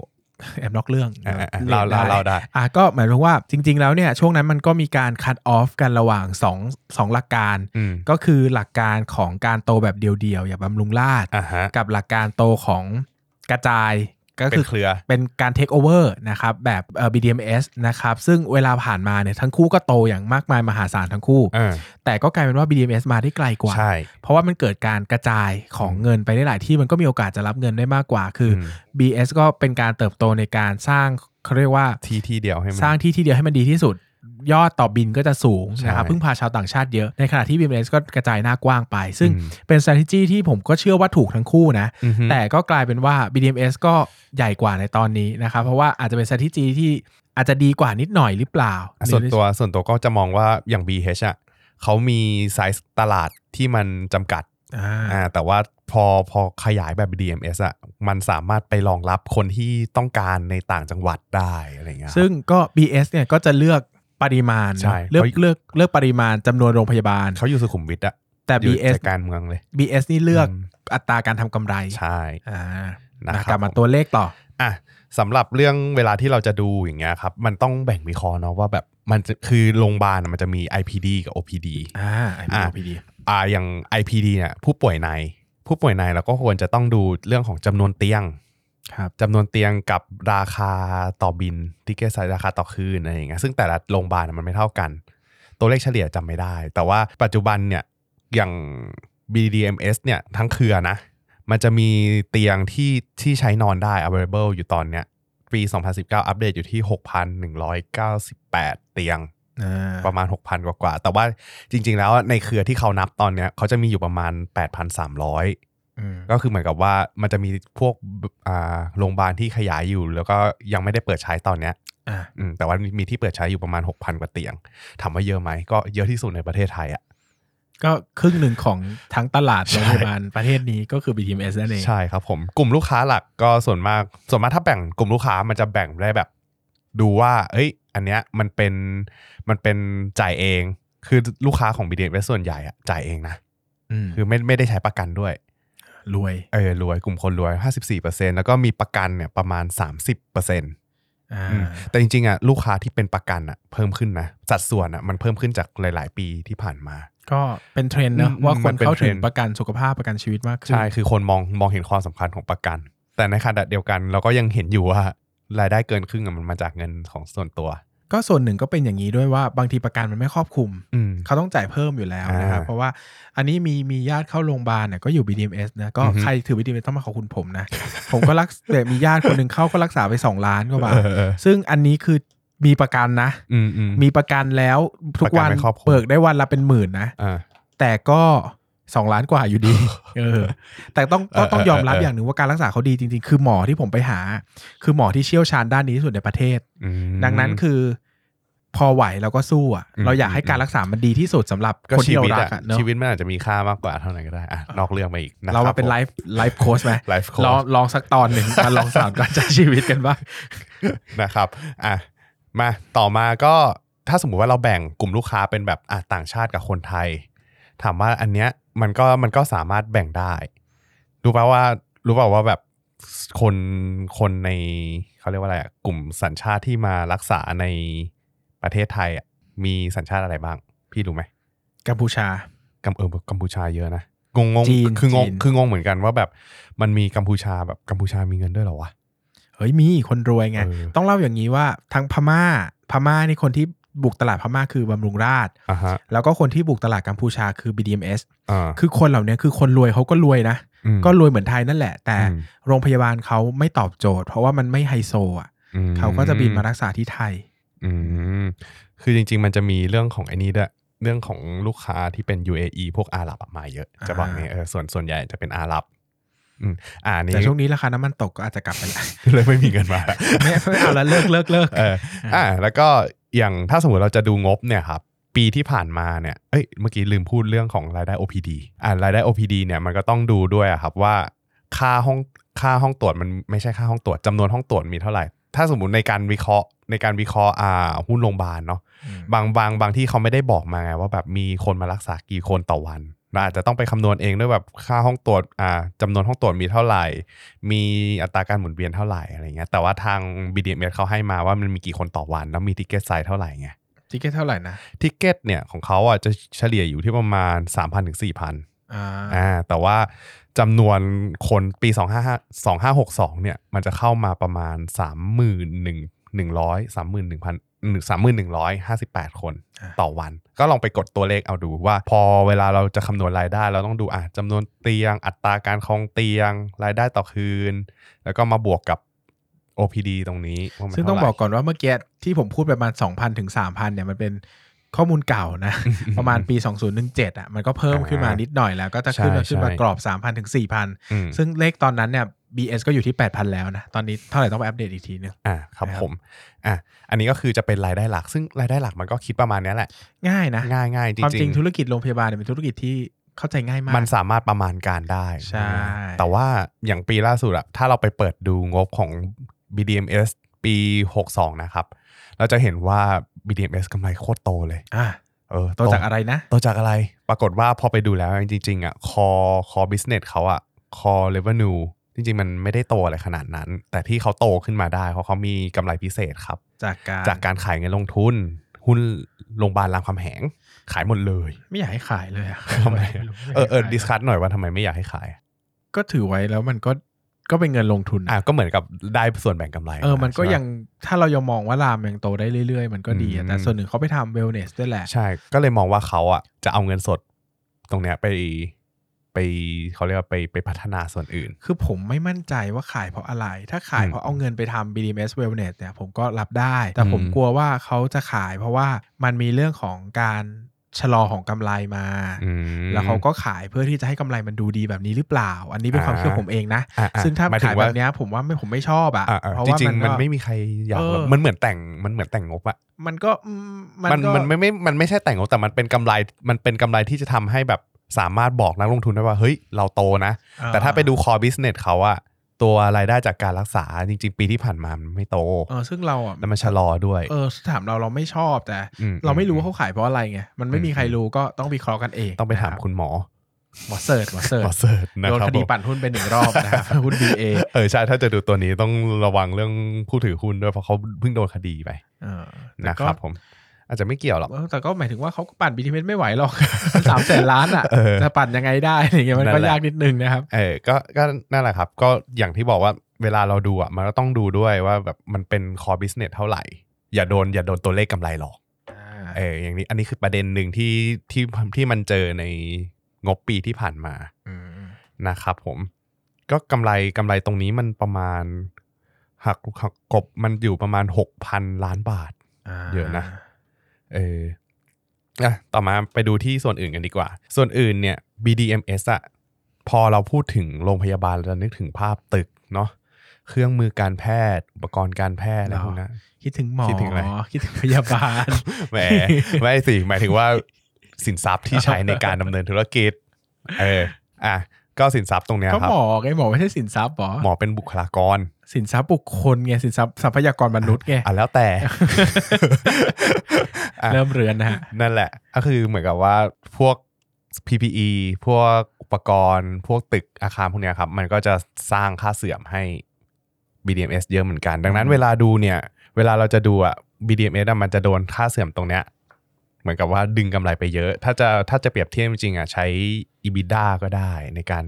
Speaker 1: แอบนอกเรื่อง
Speaker 2: อ่ะอ่ะอ่ะ
Speaker 1: ดี๋
Speaker 2: เรา
Speaker 1: ยว
Speaker 2: เราเราได้
Speaker 1: อ่ะก็หมายถึงว่าจริง ๆ แล้วเนี่ยช่วงนั้นมันก็มีการคัดออฟกันระหว่างสองสองหลักการ
Speaker 2: อืม
Speaker 1: ก็คือหลักการของการโตแบบเดียวๆอย่างบำรุงราช
Speaker 2: อ่าฮะ
Speaker 1: กับหลักการโตของกระจายก็
Speaker 2: เป็
Speaker 1: คื
Speaker 2: น
Speaker 1: อ
Speaker 2: เครือ
Speaker 1: เป็นการเทคโอเวอร์นะครับแบบเอ่อ BDMs นะครับซึ่งเวลาผ่านมาเนี่ยทั้งคู่ก็โตอย่างมากมายมหาศาลทั้งคู่
Speaker 2: เออ
Speaker 1: แต่ก็กลายเป็นว่า BDMs มาได้ไกลกว่า
Speaker 2: ใช่
Speaker 1: เพราะว่ามันเกิดการกระจายของเงินไปได้หลายที่มันก็มีโอกาสจะรับเงินได้มากกว่า คืออ
Speaker 2: ม
Speaker 1: BS ก็เป็นการเติบโตในการสร้างเขาเรียกว่า
Speaker 2: ที่ที่เดียวให้มัน
Speaker 1: สร้างที่ที่เดียวให้มันดีที่สุด ยอดต่อบินก็จะสูงนะครับ
Speaker 2: ใช่
Speaker 1: พึ่งพาชาวต่างชาติเยอะในขณะที่ BMS ก็กระจายหน้ากว้างไป ซึ่ง
Speaker 2: อืม
Speaker 1: เป็น strategy ที่ผมก็เชื่อว่าถูกทั้งคู่นะ
Speaker 2: อือฮึ
Speaker 1: แต่ก็กลายเป็นว่า BDMs ก็ใหญ่กว่าในตอนนี้นะครับ เพราะว่าอาจจะเป็น strategy ที่อาจจะดีกว่านิดหน่อยหรือเปล่า
Speaker 2: อ่ะส่วน
Speaker 1: หรือ
Speaker 2: ตัวส่วนตัวก็จะมองว่าอย่าง BH อ่ะเขามีไซส์ตลาดที่มันจำกัด
Speaker 1: อ่า
Speaker 2: อ่าแต่ว่าพอพอขยายแบบ DMS อ่ะมันสามารถไปรองรับคนที่ต้องการในต่างจังหวัดได้อะไรเงี้ย
Speaker 1: ซึ่งก็ BS เนี่ยก็จะเลือกปริมาณ
Speaker 2: ใช่
Speaker 1: เลือกเลือกเลือกปริมาณจำนวนโรงพยาบาล
Speaker 2: เขาอยู่สุขุมวิทอ่ะ
Speaker 1: แต่
Speaker 2: อยู่
Speaker 1: BS
Speaker 2: ใจกลารเมืองเลย
Speaker 1: BS นี่เลือก
Speaker 2: อืม
Speaker 1: อัตราการทำกำไร
Speaker 2: ใช่
Speaker 1: อ่า
Speaker 2: นะ
Speaker 1: นะ
Speaker 2: ค
Speaker 1: ก
Speaker 2: รั
Speaker 1: ลั
Speaker 2: บบ
Speaker 1: มาตัวเลขต่อ
Speaker 2: อ่ะสำหรับเรื่องเวลาที่เราจะดูอย่างเงี้ยครับ มันต้องแบ่งวิเคราะห์เนาะว่าแบบมันจะคือโรงพยาบาลอะมันจะมี IPD กับ OPD
Speaker 1: อ่าไอพี
Speaker 2: อ่ะ
Speaker 1: พีดี
Speaker 2: อ่าอย่าง IPD เนี่ยผู้ป่วยใน ผู้ป่วยในเราก็ควรจะต้องดูเรื่องของจำนวนเตียง
Speaker 1: ครับ
Speaker 2: จำนวนเตียงกับราคาต่อบินทิเกตไซราคาต่อคืนอะไรอย่างเงี้ยซึ่งแต่ละโรงพยาบาลน่ะมันไม่เท่ากัน ตัวเลขเฉลี่ยจำไม่ได้ แต่ว่าปัจจุบันเนี่ยอย่าง BDMs เนี่ยทั้งเครือนะ มันจะมีเตียงที่ที่ใช้นอนได้ available อยู่ตอนเนี้ยปี 2019 อัปเดตอยู่ที่ 6,198 เตียง
Speaker 1: อ่า
Speaker 2: ประมาณ 6,000 กว่ากว่าๆแต่ว่าจริง ๆ แล้วในเครือที่เขานับตอนเนี้ยเขาจะมีอยู่ประมาณ 8,300
Speaker 1: อืม
Speaker 2: ก็คือเหมือนกับว่ามันจะมีพวกอ่าโรงพยาบาลที่ขยายอยู่ แล้วก็ยังไม่ได้เปิดใช้ตอนเนี้ย
Speaker 1: อ่า
Speaker 2: อืมแต่ว่ามีที่เปิดใช้อยู่ประมาณ 6,000 กว่าเตียงถามว่าเยอะไหมก็เยอะที่สุดในประเทศไทยอ่ะ
Speaker 1: ก็ครึ่งหนึ่งของทั้งตลาด
Speaker 2: ใช่
Speaker 1: โรงพยาบาลประเทศนี้ก็คือ BTMS นั่นเอง
Speaker 2: ใช่ครับผมกลุ่มลูกค้าหลักก็ส่วนมากส่วนมากถ้าแบ่งกลุ่มลูกค้ามันจะแบ่งได้แบบ ดูว่า เอ้ย อันเนี้ยมันเป็นมันเป็นจ่ายเอง คือลูกค้าของ BDS ส่วนใหญ่อะจ่ายเองนะ
Speaker 1: อืม
Speaker 2: คือไม่ไม่ได้ใช้ประกันด้วย
Speaker 1: รวย
Speaker 2: เออรวยกลุ่มคนรวย 54%แล้วก็มีประกันเนี่ยประมาณ 30%
Speaker 1: อ่า
Speaker 2: อืมแต่จริงๆอ่ะลูกค้าที่เป็นประกันอ่ะเพิ่มขึ้นนะสัดส่วนอ่ะมันเพิ่มขึ้นจากหลาย ๆ ปีที่ผ่านมา
Speaker 1: ก็เป็นเทรนด์เนอะ
Speaker 2: อืม
Speaker 1: ว่าค
Speaker 2: มัน นเป็น
Speaker 1: เข้าถึง
Speaker 2: เทรนด์
Speaker 1: ประกันสุขภาพประกันชีวิตมากขึ้น
Speaker 2: ใช่คือคนมองมองเห็นความสำคัญของประกัน แต่ในขณะเดียวกันเราก็ยังเห็นอยู่ว่ารายได้เกินครึ่งอ่ะมันมาจากเงินของส่วนตัว
Speaker 1: ก็ส่วนหนึ่งก็เป็นอย่างนี้ด้วยว่าบางทีประกันมันไม่ครอบคลุม
Speaker 2: อืม
Speaker 1: เขาต้องจ่ายเพิ่มอยู่แล้วนะครับ
Speaker 2: อ่า
Speaker 1: เพราะว่าอันนี้มีมีญาติเข้าโรงพยาบาลเนี่ยก็อยู่ BDMS นะก็
Speaker 2: อือฮึ
Speaker 1: ใครถือ BDMS ต้องมาขอบคุณผม นะ ผมก็รักแต่มีญาติคนหนึ่งเข้าก็รักษาไป 2 ล้านกว่าบาท
Speaker 2: เออเออ
Speaker 1: ซึ่งอันนี้คือมีประกันนะ
Speaker 2: อืมอืม
Speaker 1: มีประกันแล้วทุก
Speaker 2: ประกั
Speaker 1: วัน น
Speaker 2: ไม่ครอบคลุม
Speaker 1: เบิกได้วันละเป็นหมื่นนะ
Speaker 2: อ่า
Speaker 1: แต่ก็สองล้านกว่าอยู่ดี เออ แต่ต้อง
Speaker 2: เอ
Speaker 1: ต้อ
Speaker 2: อง
Speaker 1: ต้องยอมรับ
Speaker 2: เออเออ
Speaker 1: อ
Speaker 2: อ
Speaker 1: ย่างหนึ่งว่าการรักษาเขาดีจริงๆ คือหมอที่ผมไปหา คือหมอที่เชี่ยวชาญด้านนี้ที่สุดในประเทศ
Speaker 2: อืม
Speaker 1: ดังนั้นคือพอไหวเราก็สู้อะ
Speaker 2: อืม
Speaker 1: เราอยากให้
Speaker 2: อืม
Speaker 1: การรักษามันดีที่สุดสำหรับ
Speaker 2: ก็
Speaker 1: คน
Speaker 2: ชี
Speaker 1: ที่เรา
Speaker 2: วิต
Speaker 1: รัก
Speaker 2: อ่ะ
Speaker 1: อะเนอะ
Speaker 2: ชีวิตมันอาจจะมีค่ามากกว่าเท่านั้นก็ได้อ่ะนอกเรื่องไปอีกนะคบ
Speaker 1: เรามาเป็น
Speaker 2: ผ
Speaker 1: ไลฟ์ไลฟ์โค้ชไหม
Speaker 2: Life coach
Speaker 1: ลองลองสักตอน หนึ่ง มาลองสอนการใช้ชีวิตกันบ้าง
Speaker 2: นะครับอ่ะมาต่อมาก็ถ้าสมมุติว่าเราแบ่งกลุ่มลูกค้าเป็นแบบอ่ะต่างชาติกับคนไทย ถามว่าอันเนี้ยมันก็มันก็สามารถแบ่งได้ รู้ป่าว่ารู้ป่าว่าแบบคนคนในเขาเรียกว่าอะไรอ่ะกลุ่มสัญชาติที่มารักษาในประเทศไทยอ่ะมีสัญชาติอะไรบ้าง พี่รู้ไหม
Speaker 1: กัมพูชา
Speaker 2: กัมเออกัมพูชาเยอะนะงงง
Speaker 1: จีน
Speaker 2: คืองง
Speaker 1: จีน
Speaker 2: คืองงเหมือนกันว่าแบบมันมีกัมพูชาแบบกัมพูชามีเงินด้วยเหรอวะ
Speaker 1: เฮ้ยมีคนรวยไง
Speaker 2: เออ
Speaker 1: ต้องเล่าอย่างนี้ว่าทั้งพม่าพม่านี่คนที่ บุกตลาดพม่าคือบำรุงราษฎร์
Speaker 2: อ่าฮะ
Speaker 1: แล้วก็คนที่บุกตลาดกัมพูชาคือ BDMS
Speaker 2: อ่า
Speaker 1: คือคนเหล่าเนี้ยคือคนรวยเขาก็รวยนะ
Speaker 2: ม
Speaker 1: ก็รวยเหมือนไทยนั่นแหละ แต่
Speaker 2: อืม
Speaker 1: โรงพยาบาลเขาไม่ตอบโจทย์ เพราะว่ามันไม่ไฮโซอ่ะ
Speaker 2: อืม
Speaker 1: เขาก็จะบินมารักษาที่ไทย
Speaker 2: อืมคือจริง ๆ มันจะมีเรื่องของไอ้นี้ด้วยเรื่องของลูกค้าที่เป็น UAE พวกอาหรับอะมาเยอะ จะบอกนี่เออส่วนส่วนใหญ่จะเป็นอาหรับอืมอ่านี่
Speaker 1: แต่ช่วงนี้ราคาน้ำมันตกก็อาจจะกลับไปละ
Speaker 2: เลยไม่มีเงินมา ละ
Speaker 1: ไม่ไม่เอาละเลิกเลิกเลิก
Speaker 2: เอออ่า แล้วก็อย่างถ้าสมมติเราจะดูงบเนี่ยครับ ปีที่ผ่านมาเนี่ย เอ้ย เมื่อกี้ลืมพูดเรื่องของรายได้ OPD อ่ารายได้ OPD เนี่ยมันก็ต้องดูด้วยอะครับว่าค่าห้องค่าห้องตรวจมันไม่ใช่ค่าห้องตรวจจำนวนห้องตรวจมีเท่าไหร่ ถ้าสมมติในการวิเคราะห์ในการวิเคราะห์อ่าหุ้นโรงพยาบาลเนาะ บางบางบางที่เขาไม่ได้บอกมาไงว่าแบบมีคนมารักษากี่คนต่อวันเราอาจจะต้องไปคำนวณเองด้วยแบบค่าห้องตรวจอ่าจำนวนห้องตรวจมีเท่าไหร่ มีอัตราการหมุนเวียนเท่าไหร่อะไรเงี้ยแต่ว่าทาง BDMS เขาให้มาว่ามันมีกี่คนต่อวัน แล้วมีทิกเก็ตไซส์เท่าไหร่ไง
Speaker 1: จิกเก็ตเท่าไหร่นะ
Speaker 2: ทิกเก็ตเนี่ยของเขาอ่ะจะเฉลี่ยอยู่ที่ประมาณ 3,000ถึง4,000
Speaker 1: อ่า
Speaker 2: อ่าแต่ว่าจำนวนคนปี 25 2562เนี่ยมันจะเข้ามาประมาณ 31,100 31,000 31,158 คน
Speaker 1: ะ
Speaker 2: ต่อวันก็ลองไปกดตัวเลขเอาดูว่า พอเวลาเราจะคำนวณรายได้ เราต้องดูอ่ะจำนวนเตียง อัตราการครองเตียง รายได้ต่อคืน แล้วก็มาบวกกับ OPD ตรงนี้ว่ามัน
Speaker 1: ซึ่งต้อง
Speaker 2: เท่าไห
Speaker 1: บอ
Speaker 2: ร่
Speaker 1: กก่อนว่าเมื่อกี้ที่ผมพูดประมาณ 2,000 ถึง 3,000 เนี่ยมันเป็นข้อมูลเก่านะ ประมาณปี 2017 อ่ะมันก็เพิ่มขึ้นมา
Speaker 2: อ่านิ
Speaker 1: นิดหน่อยแล้วก็จะขึ้นมา
Speaker 2: ใช่
Speaker 1: ขึ้นมา
Speaker 2: ใช่
Speaker 1: กรอบ 3,000 ถึง 4,000
Speaker 2: อืม
Speaker 1: ซึ่งเลขตอนนั้นเนี่ย BS ก็อยู่ที่ 8,000 แล้วนะ ตอนนี้เท่าไหร่ต้องไปอัปเดตอีกทีนึง
Speaker 2: อ่ะครับ
Speaker 1: นะครับ
Speaker 2: ผมอ่ะอันนี้ก็คือจะเป็นรายได้หลัก ซึ่งรายได้หลักมันก็คิดประมาณเนี้ยแหละ
Speaker 1: ง่ายนะ
Speaker 2: ง่ายง่ายๆจ
Speaker 1: ความจริ
Speaker 2: ริ
Speaker 1: ง
Speaker 2: ง
Speaker 1: ธุรกิจโรงพยาบาลเนี่ยเป็นธุรกิจที่เข้าใจง่ายมาก
Speaker 2: ๆ มันสามารถประมาณการได้
Speaker 1: ใช่
Speaker 2: แต่ว่าอย่างปีล่าสุดอะถ้าเราไปเปิดดูงบของ BDMS ปี 62 นะครับ เราจะเห็นว่า BDMS กำไรโคตรโตเลย
Speaker 1: อ่ะ
Speaker 2: เออ
Speaker 1: โตจากอะไรนะ
Speaker 2: โตจากอะไร ปรากฏว่าพอไปดูแล้วจริงๆอ่ะคอคอบิสเนสเขาอ่ะคอเลเวนูจริงๆ มันไม่ได้โตอะไรขนาดนั้น แต่ที่เขาโตขึ้นมาได้ เพราะเขามีกำไรพิเศษครับ
Speaker 1: จากการ
Speaker 2: จากการขายเงินลงทุน หุ้นโรงพยาบาลรามคำแหง ขายหมดเลย
Speaker 1: ไม่อยากให้ขายเลยอะ
Speaker 2: ทำไม
Speaker 1: รู้ไม่ยากให้
Speaker 2: เออเออ
Speaker 1: ขาย
Speaker 2: ดิสคัทหน่อยว่าทำไมไม่อยากให้ขาย
Speaker 1: ก็ถือไว้แล้วมันก็ก็เป็นเงินลงทุน
Speaker 2: อ่ะก็เหมือนกับได้ส่วนแบ่งกำไร
Speaker 1: เออ มันก็
Speaker 2: ใช่ปะ
Speaker 1: ยังถ้าเรายังมองว่ารามยังโตได้เรื่อยๆ มันก็ดี
Speaker 2: อื
Speaker 1: อะ
Speaker 2: ม
Speaker 1: แต่ส่วนหนึ่งเขาไปทำเวลเนสด้วยแหละ
Speaker 2: ใช่ ก็เลยมองว่าเขาอ่ะจะเอาเงินสดตรงเนี้ยไปไปเขาเรียกว่าไปไปพัฒนาส่วนอื่น
Speaker 1: คือผมไม่มั่นใจว่าขายเพราะอะไร ถ้าขาย
Speaker 2: อืม
Speaker 1: เพราะเอาเงินไปทำ BDMS Wellness เนี่ยผมก็รับได้ แต่ผม
Speaker 2: อืม
Speaker 1: กลัวว่าเขาจะขายเพราะว่ามันมีเรื่องของการชะลอของกำไรมา
Speaker 2: อืม
Speaker 1: แล้วเขาก็ขายเพื่อที่จะให้กำไรมันดูดีแบบนี้หรือเปล่า อันนี้เป็นความ
Speaker 2: อ่า
Speaker 1: เชื่อผมเองนะ
Speaker 2: อ่ะอ่ะ
Speaker 1: ซึ่งถ้า
Speaker 2: หมายถึ
Speaker 1: ขาย
Speaker 2: ง
Speaker 1: แบ
Speaker 2: ว่า
Speaker 1: บเนี้ยผมว่าไม่ผมไม่ชอบอ่ะ
Speaker 2: อ่า
Speaker 1: เพราะ
Speaker 2: จ
Speaker 1: ว่า
Speaker 2: ริงๆมัน
Speaker 1: ก็
Speaker 2: ไม่มีใครอยาก
Speaker 1: เออ
Speaker 2: แบบมันเหมือนแต่งมันเหมือนแต่งงบอะ
Speaker 1: มันก็อืมมัน
Speaker 2: มัน
Speaker 1: ก็
Speaker 2: มันไม่ไม่มันไม่ใช่แต่งงบแต่มันเป็นกำไรมันเป็นกำไรที่จะทำให้แบบสามารถบอกนักลงทุนได้ว่าเฮ้ยเราโตนะ
Speaker 1: เอ่อ
Speaker 2: แต่ถ้าไปดูคอบิสเนสเขาอะตัวรายได้จากการรักษาจริง ๆ ปีที่ผ่านมามันไม่โต
Speaker 1: เออซึ่งเราอ่ะ
Speaker 2: แล้วมันชะลอด้วย
Speaker 1: เออถามเราเราไม่ชอบแต่
Speaker 2: ม
Speaker 1: เราไม่รู้ว่า
Speaker 2: อื
Speaker 1: เขาขายเพราะอะไรไง มันไม่มีใครรู้ก็ต้องวิเคราะห์กันเอง
Speaker 2: ต้องไปถาม
Speaker 1: นะรับ
Speaker 2: คุณหมอ
Speaker 1: หมอเสิร์ชหมอเสิร์
Speaker 2: หมอ
Speaker 1: ช
Speaker 2: เสิร์ชนะ
Speaker 1: โดน
Speaker 2: ครับ
Speaker 1: คดี
Speaker 2: ผม
Speaker 1: ปั่นหุ้นไปหนึ่งรอบนะครับ หุ้น BA
Speaker 2: เออใช่ถ้าจะดูตัวนี้ต้องระวังเรื่องผู้ถือหุ้นด้วยเพราะเขาเพิ่งโดนคดีไป
Speaker 1: เออแต่
Speaker 2: นะค
Speaker 1: ก็
Speaker 2: รับผม อาจจะไม่เกี่ยวหรอก
Speaker 1: เออแต่ก็หมายถึงว่าเขาก็ปั่นบีทีเมไม่ไหวหรอก สามแสนล้านอ่ะ
Speaker 2: เออ
Speaker 1: จะปั่นยังไงได้อะไรเงี้ยมัน
Speaker 2: นั่
Speaker 1: ก็
Speaker 2: นแหละ
Speaker 1: ยากนิดนึงนะครับ
Speaker 2: เออก็ก็นั่นแหละครับ ก็อย่างที่บอกว่าเวลาเราดูอ่ะ มันก็ต้องดูด้วยว่าแบบมันเป็นคอบิสเนสเท่าไหร่ อย่าโดนอย่าโดนตัวเลขกำไรหรอก เอออย่างนี้อันนี้คือประเด็นหนึ่งที่ที่ที่มันเจอในงบปีที่ผ่านมา
Speaker 1: อืม
Speaker 2: นะครับผม ก็กำไรกำไรตรงนี้มันประมาณ หักหักกบมันอยู่ประมาณ 6,000 ล้านบาท
Speaker 1: า
Speaker 2: เยอะนะ เอออ่ะต่อมาไปดูที่ส่วนอื่นกันดีกว่า ส่วนอื่นเนี่ย BDMS อะพอเราพูดถึงโรงพยาบาลเรานึกถึงภาพตึกเนาะ เครื่องมือการแพทย์ อุปกรณ์การแพทย์อะไรพวกนั้น
Speaker 1: คิดถึงหมอ
Speaker 2: คิดถึงอะไร
Speaker 1: คิดถึงพยาบาล
Speaker 2: แหม ไม่สิ หมายถึงว่าสินทรัพย์ที่ใช้ในการดำเนินธุรกิจ เออ อ่ะ ก็สินทรัพย์ตรงเนี้ย
Speaker 1: ก็
Speaker 2: ครับ
Speaker 1: หมอไงหมอไม่ใช่สินทรัพย์หรอ
Speaker 2: หมอเป็นบุคลากร
Speaker 1: สินทรัพย์บุคคลไงสินทรัพย์ทรัพยากรมนุษย์ไง
Speaker 2: อ่ะแล้วแต่ อ่ะ
Speaker 1: เริ่มเรือนนะฮะ
Speaker 2: นั่นแหละ ก็คือเหมือนกับว่าพวก PPE พวกอุปกรณ์ พวกตึกอาคารพวกเนี้ยครับ มันก็จะสร้างค่าเสื่อมให้ BDMs เยอะเหมือนกัน ดังนั้นเวลาดูเนี่ย เวลาเราจะดูอะ BDMs อะมันจะโดนค่าเสื่อมตรงเนี้ย เหมือนกับว่าดึงกำไรไปเยอะ ถ้าจะถ้าจะเปรียบเทียบจริงๆอะใช้ EBITDA ก็ได้ในการ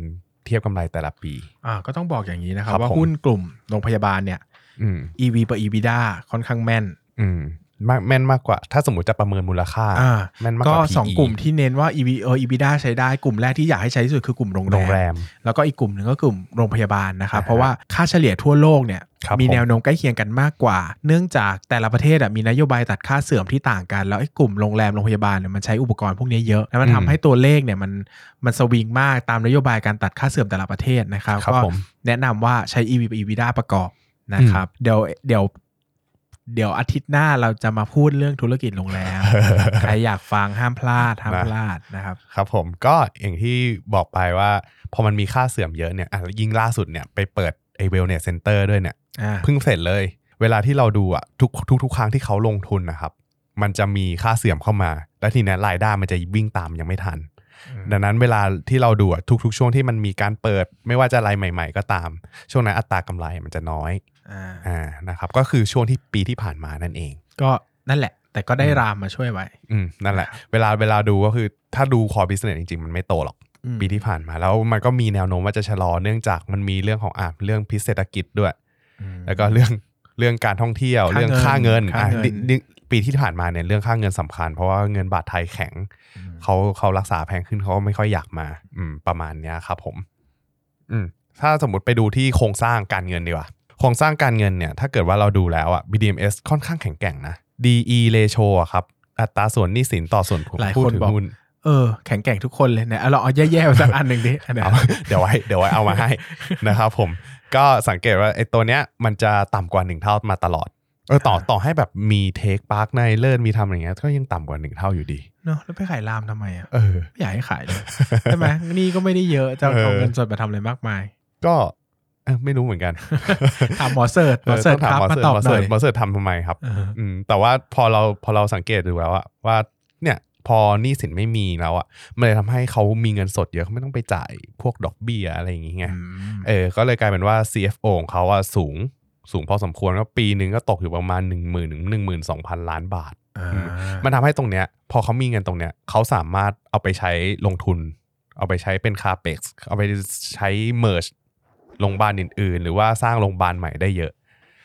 Speaker 2: เทียบกำไรแต่ละปี
Speaker 1: อ่าก็ต้องบอกอย่างนี้นะครับ
Speaker 2: ครับ
Speaker 1: ว่า
Speaker 2: ผม
Speaker 1: หุ้นกลุ่มโรงพยาบาลเนี่ย
Speaker 2: อืม
Speaker 1: EV ประ EBITDA ค่อนข้างแม่น
Speaker 2: อืม มากแม่นมากกว่า ถ้าสมมติจะประเมินมูลค่า
Speaker 1: อ่า
Speaker 2: แม่นมาก
Speaker 1: ก็
Speaker 2: กว่า PE
Speaker 1: สองกลุ่มที่เน้นว่า EV เออ EBITDA ใช้ได้กลุ่มแรกที่อยากให้ใช้ที่สุดคือกลุ่มโรง
Speaker 2: โรง
Speaker 1: แร
Speaker 2: แร
Speaker 1: ม
Speaker 2: ม
Speaker 1: แล้วก็อีกกลุ่มหนึ่งก็กลุ่มโรงพยาบาลนะครับ
Speaker 2: อ่าฮะ
Speaker 1: เพราะว่าค่าเฉลี่ยทั่วโลกเนี่ย
Speaker 2: ครับ
Speaker 1: มี
Speaker 2: ผม
Speaker 1: แนวโน้มใกล้เคียงกันมากกว่า เนื่องจากแต่ละประเทศอะมีนโยบายตัดค่าเสื่อมที่ต่างกัน แล้วไอ้กลุ่มโรงแรมโรงพยาบาลเนี่ยมันใช้อุปกรณ์พวกนี้เยอะแล้วมันทำให้ตัวเลขเนี่ยมันมันสวิงมากตามนโยบายการตัดค่าเสื่อมแต่ละประเทศนะครับ
Speaker 2: ครับ
Speaker 1: ก็
Speaker 2: ผม
Speaker 1: แนะนำว่าใช้ EV กับ EBITDA ประกอบนะครับ เดี๋ยวเดี๋ยวเดี๋ยวอาทิตย์หน้าเราจะมาพูดเรื่องธุรกิจโรงแรม ใครอยากฟังห้ามพลาดห้าม
Speaker 2: นะ
Speaker 1: พลาดนะครับ
Speaker 2: ครับผมก็อย่างที่บอกไปว่าพอมันมีค่าเสื่อมเยอะเนี่ยอ่ะยิ่งล่าสุดเนี่ยไปเปิดไอเวลเนี่ยเซ็นเตอร์ด้วยเนี่ย
Speaker 1: อ่า
Speaker 2: เพิ่งเสร็จเลย เวลาที่เราดูอ่ะทุกทุกทุกครั้งที่เขาลงทุนนะครับ มันจะมีค่าเสื่อมเข้ามา และทีเนี้ยรายได้มันจะวิ่งตามยังไม่ทัน ดังนั้นเวลาที่เราดูอะทุก ๆ ช่วงที่มันมีการเปิด ไม่ว่าจะอะไรใหม่ ๆ ก็ตาม ช่วงนั้นอัตรากำไรมันจะน้อย
Speaker 1: อ่า
Speaker 2: อ่านะครับก็คือช่วงที่ปีที่ผ่านมานั่นเอง
Speaker 1: ก็นั่นแหละ แต่ก็ได้รามมาช่วยไว้
Speaker 2: อืมนั่นแหละ เวลาเวลาดูก็คือถ้าดูคอบิสเนสจริง ๆ มันไม่โตหรอก
Speaker 1: อืม
Speaker 2: ปีที่ผ่านมาแล้วมันก็มีแนวโน้มว่าจะชะลอเนื่องจากมันมีเรื่องของอ่ะเรื่องพิษเศรษฐกิจด้วย
Speaker 1: อืม
Speaker 2: แล้วก็เรื่องเรื่องการท่องเที่ยว
Speaker 1: ค่า
Speaker 2: เรื่อง
Speaker 1: เงิน
Speaker 2: ค่าเงิน
Speaker 1: ค่า
Speaker 2: อ่ะ
Speaker 1: เงิน
Speaker 2: ดิดิปีที่ผ่านมาเนี่ยเรื่องค่าเงินสำคัญ เพราะว่าเงินบาทไทยแข็ง
Speaker 1: อืม
Speaker 2: เขาเขารักษาแพงขึ้นเขาก็ไม่ค่อยอยากมา อืม ประมาณเนี้ยครับ ผม อืม ถ้าสมมติไปดูที่โครงสร้างการเงินดีกว่าโครงสร้างการเงินเนี่ย ถ้าเกิดว่าเราดูแล้วอ่ะ BDMs ค่อนข้างแข็งแกร่งนะ DE ratio อะครับ อัตราส่วนหนี้สินต่อส่วน
Speaker 1: หลาย
Speaker 2: ผู้
Speaker 1: คน
Speaker 2: ถือ
Speaker 1: บอก
Speaker 2: หุ้น
Speaker 1: เออแข็งแกร่งทุกคนเลยนะเอาเราเอาแย่ๆไปสักอันห นึ่งดิอันไหน
Speaker 2: เอาเดี๋ยวไว้เดี๋ยวไว้เอามาให้ นะครับผมก็สังเกตว่าไอ้ตัวเนี้ยมันจะต่ำกว่าหนึ่งเท่ามาตลอดเออต่อ
Speaker 1: อ่า
Speaker 2: ต่อให้แบบมีเทคปาร์คในเลิศมีทำอะไรเงี้ยก็ยังต่ำกว่าหนึ่งเท่าอยู่ดี
Speaker 1: เนาะแล้วไปขายรามทำไมอ่ะ
Speaker 2: เออ
Speaker 1: ไม่อยากให้ขาย เลยใช่ไหมนี่ก็ไม่ได้เยอะจะ
Speaker 2: เอ
Speaker 1: เอา
Speaker 2: อ
Speaker 1: เงินสดมาทำอะไรมากมาย
Speaker 2: ก็เออไม่รู้เหมือนกัน
Speaker 1: ถามหมอเสิร์ชหมอเสิร์ช
Speaker 2: ต้องถา
Speaker 1: ค
Speaker 2: ม
Speaker 1: รับ
Speaker 2: หมอ
Speaker 1: มา
Speaker 2: เสิร์ช
Speaker 1: ตอบหน่อ
Speaker 2: หมอเสิร์ช
Speaker 1: ย
Speaker 2: หมอเสิร์ชทำทำไมครับ
Speaker 1: เออ
Speaker 2: อืมแต่ว่าพอเราพอเราสังเกตดูแล้วอะว่าเนี่ยพอหนี้สินไม่มีแล้วอะมันเลยทำให้เขามีเงินสดเยอะเขาไม่ต้องไปจ่ายพวกดอกเบี้ยอะไรอย่างเงี้ย เออ ก็เลยกลายเป็นว่า CFO ของเขาอะสูง สูงพอสมควรก็ปีหนึ่งก็ตกอยู่ประมาณ 1 0 0 0 0หนึ่งหมื่นสองพันล้านบาท
Speaker 1: อ่า
Speaker 2: มันทำให้ตรงเนี้ย พอเขามีเงินตรงเนี้ยเขาสามารถเอาไปใช้ลงทุน เอาไปใช้เป็นคาเปกเอาไปใช้เม r ร์ชโรงพยาบาลอื่น ๆ หรือว่าสร้างโรงพยาบาลใหม่ได้เยอะ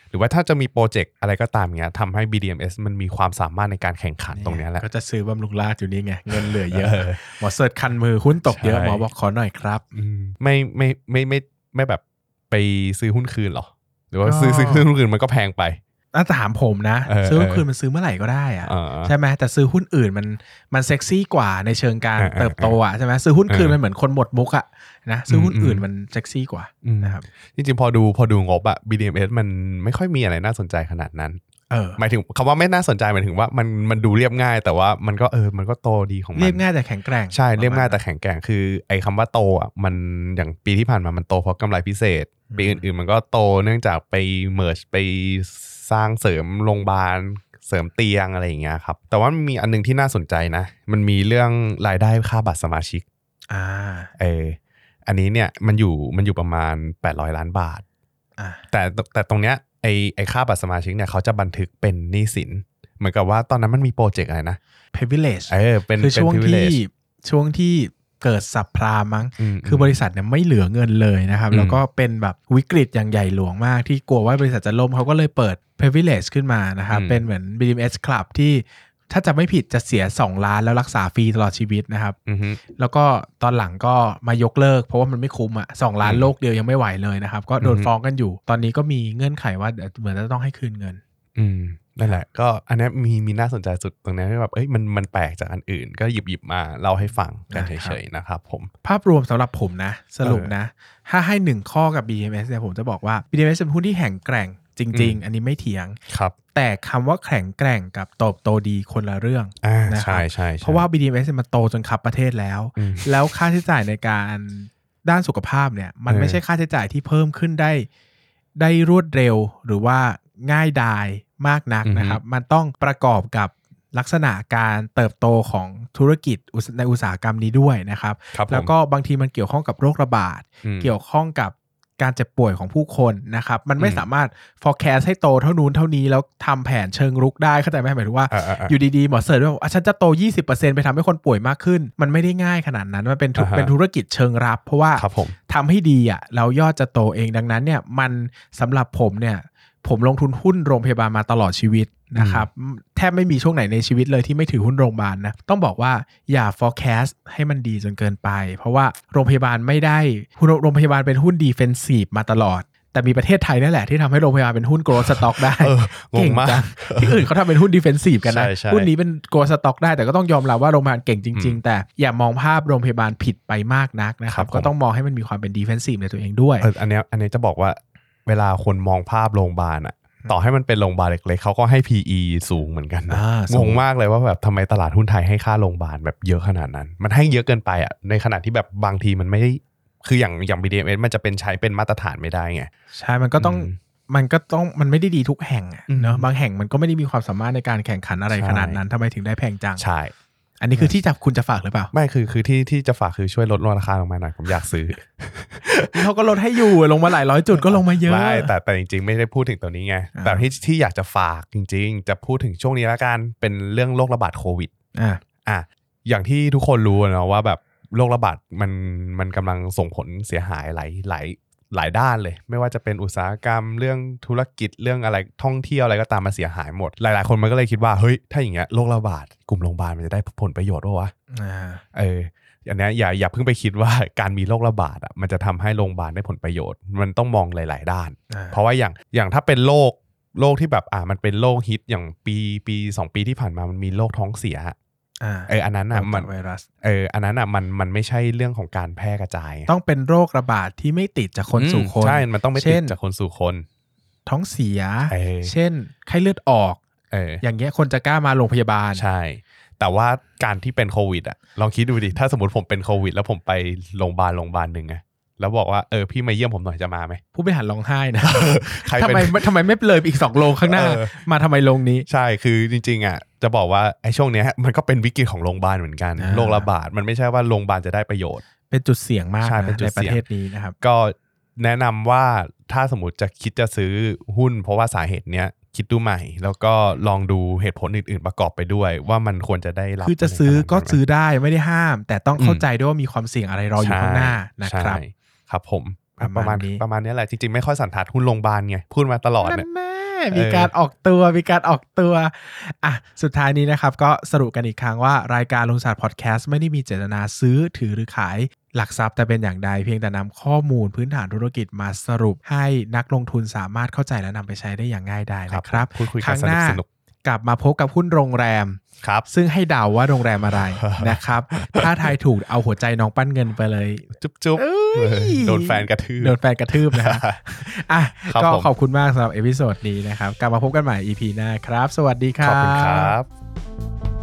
Speaker 2: หรือว่าถ้าจะมีโปรเจกต์อะไรก็ตามเนี้ยทำให้ BDMs มันมีความสามารถในการแข่งขันตรงเนี้ยแหละ
Speaker 1: ก็จะซื้อบำรุงราชอยู่นี่ไง เงินเหลือเยอะ
Speaker 2: เออ
Speaker 1: หมอเสิร์ชคันมือหุ้นตกเยอะ
Speaker 2: ใช่
Speaker 1: หมอบอกขอหน่อยครับ
Speaker 2: อืมไม่ไม่ไม่ไม่ไม่แบบไปซื้อหุ้นคืนเหรอ หรือว่าซื้อ
Speaker 1: ก็
Speaker 2: ซื้อหุ้นคืนมันก็แพงไป
Speaker 1: น่าจะถามผมนะ
Speaker 2: เออ
Speaker 1: ซื้อหุ้นคืนมันซื้อเมื่อไหร่ก็ได้อะ
Speaker 2: อ่า
Speaker 1: ใช่ไหมแต่ซื้อหุ้นอื่นมันมันเซ็กซี่กว่าในเชิงการ
Speaker 2: เออเออ
Speaker 1: เติบโตอ่ะใช่ไหมซื้อหุ้นคืน
Speaker 2: เออ
Speaker 1: มันเหมือนคนหมดมุกอ่ะนะซื้อหุ้น
Speaker 2: อืม
Speaker 1: อื่น
Speaker 2: อืม
Speaker 1: มันเซ็กซี่กว่า
Speaker 2: อืม
Speaker 1: นะครับ
Speaker 2: จริงๆ พอดูพอดูงบอะ BDMs มันไม่ค่อยมีอะไรน่าสนใจขนาดนั้น
Speaker 1: เออ
Speaker 2: หมายถึงคำว่าไม่น่าสนใจหมายถึงว่ามันมันดูเรียบง่าย แต่ว่ามันก็เออมันก็โตดีของมัน
Speaker 1: เรียบง่ายแต่แข็งแกร่ง
Speaker 2: ใช่เรียบง่าย
Speaker 1: ประมณ
Speaker 2: แต่แข็งแกร่งคือไอ้คำว่าโตอะมันอย่างปีที่ผ่านมามันโตเพราะกำไรพิเศษ
Speaker 1: อืม
Speaker 2: ปีอื่นๆ มันก็โตเนื่องจากไปเมิร์ชไปสร้างเสริมโรงพยาบาลเสริมเตียงอะไรอย่างเงี้ยครับแต่ว่ามันมีอันหนึงที่น่าสนใจนะ มันมีเรื่องรายได้ค่าบัตรสมาชิก
Speaker 1: อ่า
Speaker 2: เอออันนี้เนี่ยมันอยู่มันอยู่ประมาณ 800 ล้านบาท
Speaker 1: อ่า
Speaker 2: แต่แต่ตรงเนี้ยไอไอค่าบัตรสมาชิกเนี่ยเขาจะบันทึกเป็นหนี้สิน เหมือนกับว่าตอนนั้นมันมีโปรเจกต์อะไรนะ
Speaker 1: เพวิเลช
Speaker 2: เออเป็น
Speaker 1: คือ
Speaker 2: เป็น
Speaker 1: ช่วงที่
Speaker 2: privilege
Speaker 1: ช่วงที่เกิดสับพรามมั้ง
Speaker 2: อืม
Speaker 1: คือบริษัทเนี่ยไม่เหลือเงินเลยนะครับ
Speaker 2: อืม
Speaker 1: แล้วก็เป็นแบบวิกฤตอย่างใหญ่หลวงมากที่กลัวว่าบริษัทจะล่มเขาก็เลยเปิด privilege ขึ้นมานะครับ
Speaker 2: อืม
Speaker 1: เป็นเหมือน BMS Club ที่ถ้าจะไม่ผิดจะเสีย 2 ล้านแล้วรักษาฟรีตลอดชีวิตนะครับ
Speaker 2: อืมอืม
Speaker 1: แล้วก็ตอนหลังก็มายกเลิก เพราะว่ามันไม่คุ้มอะสองล้าน
Speaker 2: อืม
Speaker 1: โลกเดียวยังไม่ไหวเลยนะครับ ก็โดน
Speaker 2: อืม
Speaker 1: ฟ้องกันอยู่ ตอนนี้ก็มีเงื่อนไขว่าเดี๋ยวเหมือนจะต้องให้คืนเงิน
Speaker 2: อืมนั่นแหละ ก็อันเนี้ยมีมีน่าสนใจสุดตรงเนี้ยที่แบบเอ้ยมันมันแปลกจากอันอื่น ก็หยิบหยิบมาเล่าให้ฟังกัน
Speaker 1: ได้ครับ
Speaker 2: เฉยๆนะครับผม
Speaker 1: ภาพรวมสำหรับผมนะ สรุป
Speaker 2: เออ
Speaker 1: นะ ถ้าให้หนึ่งข้อกับ BMS เนี่ยผมจะบอกว่า BMS เป็นหุ้นที่แข็งแกร่งจริง
Speaker 2: อืม
Speaker 1: ๆ อันนี้ไม่เถียง
Speaker 2: ครับ
Speaker 1: แต่คำว่าแข็งแกร่งกับโตบโตดีคนละเรื่อง
Speaker 2: อ่า
Speaker 1: นะครับ
Speaker 2: ใช่ใช่ใช่
Speaker 1: เพราะว่า BDMS เนี่ยมันโตจนขับประเทศแล้ว
Speaker 2: อืม
Speaker 1: แล้วค่าใช้จ่ายในการด้านสุขภาพเนี่ย มัน
Speaker 2: เออ
Speaker 1: ไม่ใช่ค่าใช้จ่ายที่เพิ่มขึ้นได้ ได้รวดเร็วหรือว่าง่ายดายมากนักนะครับ มันต้องประกอบกับลักษณะการเติบโตของธุรกิจอุตสในอุตสาหกรรมนี้ด้วยนะครับ
Speaker 2: ครับผม
Speaker 1: แล้วก็บางทีมันเกี่ยวข้องกับโรคระบาด
Speaker 2: อืม
Speaker 1: เกี่ยวข้องกับการเจ็บป่วยของผู้คนนะครับ มันไม่
Speaker 2: อืม
Speaker 1: สามารถ forecast ให้โตเท่านู้นเท่านี้แล้วทำแผนเชิงรุกได้เข้าใจไหมหมายถึงว่า
Speaker 2: อ่าาา
Speaker 1: อยู่ดีๆ หมอเสิร์ชว่าอ่ะฉันจะโต 20%ไปทำให้คนป่วยมากขึ้น มันไม่ได้ง่ายขนาดนั้น มันเป็นธุ
Speaker 2: อ่าฮะ
Speaker 1: เป็นธุรกิจเชิงรับ เพราะว่า
Speaker 2: ครับผม
Speaker 1: ทำให้ดีอ่ะเรายอดจะโตเองดังนั้นเนี่ยมันสำหรับผมเนี่ย ผมลงทุนหุ้นโรงพยาบาลมาตลอดชีวิตนะครับ แทบไม่มีช่วงไหนในชีวิตเลยที่ไม่ถือหุ้นโรงพยาบาลนะ ต้องบอกว่าอย่า forecast ให้มันดีจนเกินไป เพราะว่าโรงพยาบาลไม่ได้โรงพยาบาลเป็นหุ้น defensive มาตลอด แต่มีประเทศไทยนั่นแหละที่ทำให้โรงพยาบาลเป็นหุ้น growth stock ได้
Speaker 2: เอองง
Speaker 1: เก่ง
Speaker 2: มาก
Speaker 1: จัง ที่อื่นเขาทำเป็นหุ้นดิเฟนซีฟกันนะ
Speaker 2: ใช่ใช่
Speaker 1: หุ้นนี้เป็นโกลสต็อกได้แต่ก็ต้องยอมรับว่าโรงพยาบาลเก่งจริง ๆ แต่อย่ามองภาพโรงพยาบาลผิดไปมากนักนะค
Speaker 2: ครั
Speaker 1: รับ
Speaker 2: บผม
Speaker 1: ก็ต้องมองให้มันมีความเป็นดิเฟนซีฟในตัวเองด้วย
Speaker 2: เอออันเนี้ยอันเนี้ยจะบอกว่าเวลาคนมองภาพโรงพยาบาลอะต่อให้มันเป็นโรงพยาบาลเล็กๆเขาก็ให้ PE สูงเหมือนกันนะ
Speaker 1: อ่าง
Speaker 2: ง
Speaker 1: สูง
Speaker 2: งมากเลยว่าแบบทำไมตลาดหุ้นไทยให้ค่าโรงพยาบาลแบบเยอะขนาดนั้น มันให้เยอะเกินไปอะในขณะที่แบบบางทีมันไม่ได้คืออย่างอย่าง BDMs มันจะเป็นใช้เป็นมาตรฐานไม่ได้ไง
Speaker 1: ใช่ มันก็ต้อง
Speaker 2: อืม
Speaker 1: มันก็ต้องมันไม่ได้ดีทุกแห่งอะ
Speaker 2: อืม
Speaker 1: เนาะบางแห่งมันก็ไม่ได้มีความสามารถในการแข่งขันอะไร
Speaker 2: ใช่
Speaker 1: ขนาดนั้นทำไมถึงได้แพงจัง
Speaker 2: ใช่
Speaker 1: อันนี้คือที่จะคุณจะฝากหรือเปล่า
Speaker 2: ไม่คือคือที่ที่จะฝากคือช่วยลดราคาลงมาหน่อยผมอยากซื้อ
Speaker 1: เขาก็ลดให้อยู่ลงมาหลายร้อยจุดก็ลงมาเยอะ
Speaker 2: ไม่แต่แต่จริงๆ ไม่ได้พูดถึงตัวนี้ไง
Speaker 1: อ่า
Speaker 2: แต่ที่ที่อยากจะฝากจริง ๆ จะพูดถึงช่วงนี้ละกันเป็นเรื่องโรคระบาดโควิด
Speaker 1: อ่ะ
Speaker 2: อ่ะอย่างที่ทุกคนรู้เนอะว่าแบบโรคระบาดมันมันกำลังส่งผลเสียหายหลายหลายหลายด้านเลย ไม่ว่าจะเป็นอุตสาหกรรมเรื่องธุรกิจเรื่องอะไรท่องเที่ยวอะไรก็ตามมาเสียหายหมด หลาย ๆ คนมันก็เลยคิดว่าเฮ้ยถ้าอย่างเงี้ยโรคระบาดกลุ่มโรงพยาบาลมันจะได้ผลประโยชน์ปะวะ
Speaker 1: อ่า
Speaker 2: เอออันเนี้ยอย่าอย่าเพิ่งไปคิดว่า การมีโรคระบาดอ่ะมันจะทำให้โรงพยาบาลได้ผลประโยชน์ มันต้องมองหลาย ๆ ด้าน
Speaker 1: อ่า
Speaker 2: เพราะว่าอย่างอย่างถ้าเป็นโรคโรคที่แบบอ่ะมันเป็นโรคฮิตอย่างปีปีสองปีที่ผ่านมามันมีโรคท้องเสียอะ
Speaker 1: อ่า
Speaker 2: เอออันนั้นอ่ะมัน
Speaker 1: ไวรัส
Speaker 2: เอออันนั้นอ่ะมันมันไม่ใช่เรื่องของการแพร่กระจายไง
Speaker 1: ต้องเป็นโรคระบาดที่ไม่ติดจากคนสู่คน
Speaker 2: ใช่ มันต้องไม่
Speaker 1: เช่
Speaker 2: ติด
Speaker 1: น
Speaker 2: จากคนสู่คน
Speaker 1: ท้องเสีย
Speaker 2: เออ
Speaker 1: เช่น ไข้เลือดออก
Speaker 2: เออ
Speaker 1: อย่างเงี้ยคนจะกล้ามาโรงพยาบาล
Speaker 2: ใช่ แต่ว่าการที่เป็นโควิดอ่ะลองคิดดูดิ ถ้าสมมติผมเป็นโควิด แล้วผมไปโรงพยาบาลโรงพยาบาลหนึ่งอะแล้วบอกว่าเออพี่มาเยี่ยมผมหน่อยจะมาไหม
Speaker 1: ผู้บริหารร้องไห้นะ
Speaker 2: ใคร
Speaker 1: ทำ
Speaker 2: เป็น
Speaker 1: ไมทำไมไม่เลยไปอีกสองโรงข้างหน้า
Speaker 2: เออ
Speaker 1: มาทำไมโรงนี้
Speaker 2: ใช่คือจริงๆอ่ะจะบอกว่าไอ้ช่วงเนี้ย มันก็เป็นวิกฤตของโรงพยาบาลเหมือนกัน
Speaker 1: อ่า
Speaker 2: โรคระบาดมันไม่ใช่ว่าโรงพยาบาลจะได้ประโยชน์
Speaker 1: เป็นจุดเสี่ยงมาก
Speaker 2: ใช่
Speaker 1: นะ
Speaker 2: เป็นจุด
Speaker 1: ในประ
Speaker 2: เสี่ยง
Speaker 1: เทศนี้นะครับ
Speaker 2: ก็แนะนำว่าถ้าสมมติจะคิดจะซื้อหุ้น เพราะว่าสาเหตุเนี้ยคิดดูใหม่ แล้วก็ลองดูเหตุผลอื่น ๆ ประกอบไปด้วย ว่ามันควรจะได้รับ
Speaker 1: คือจะซื้อก็
Speaker 2: ในขนาดนั้นไหม
Speaker 1: ซื้อได้ไม่ได้ห้าม แต่ต้อง
Speaker 2: อืม
Speaker 1: เข้าใจด้วยว่ามีความเสี่ยงอะไรรออยู่ข้างหน้านะครับ
Speaker 2: ใช่ครับผมอ่ะป
Speaker 1: ประ ระ
Speaker 2: มา
Speaker 1: มา
Speaker 2: ณ
Speaker 1: ณนี้
Speaker 2: ประมาณเนี้ยแหละจริง ๆ ไม่ค่อยสันทัดหุ้นโรงพยาบาลไงพูดมาตลอด
Speaker 1: นั่
Speaker 2: เนี่ย
Speaker 1: นแน่
Speaker 2: เออ
Speaker 1: มีการออกตัวมีการออกตัวอ่ะสุดท้ายนี้นะครับ ก็สรุปกันอีกครั้งว่ารายการลงศาสตร์พอดแคสต์ไม่ได้มีเจตนาซื้อถือหรือขายหลักทรัพย์แต่เป็นอย่างใดเพียงแต่นำข้อมูลพื้นฐานธุรกิจมาสรุปให้นักลงทุนสามารถเข้าใจและนำไปใช้ได้อย่างง่ายได้นะครับ
Speaker 2: พูดคุย
Speaker 1: ค
Speaker 2: กัน
Speaker 1: รั้งห
Speaker 2: สนุก
Speaker 1: น้า
Speaker 2: สนุก
Speaker 1: กลับมาพบกับหุ้นโรงแรม
Speaker 2: ครับ
Speaker 1: ซึ่งให้เดาว่าโรงแรมอะไร นะครับ ถ้าทายถูกเอาหัวใจน้องปั้นเงินไปเลย
Speaker 2: จุ๊บจุ๊บ
Speaker 1: เอ้ย
Speaker 2: โดนแฟนกระทืบ
Speaker 1: โดนแฟนกระทืบนะฮะ อ่ะ
Speaker 2: ครับ
Speaker 1: ก็
Speaker 2: ผม
Speaker 1: ขอบคุณมากสำหรับเอพิโซดนี้นะครับ กลับมาพบกันใหม่ EP หน้าครับ สวัสดีครับ
Speaker 2: ขอบคุณครับ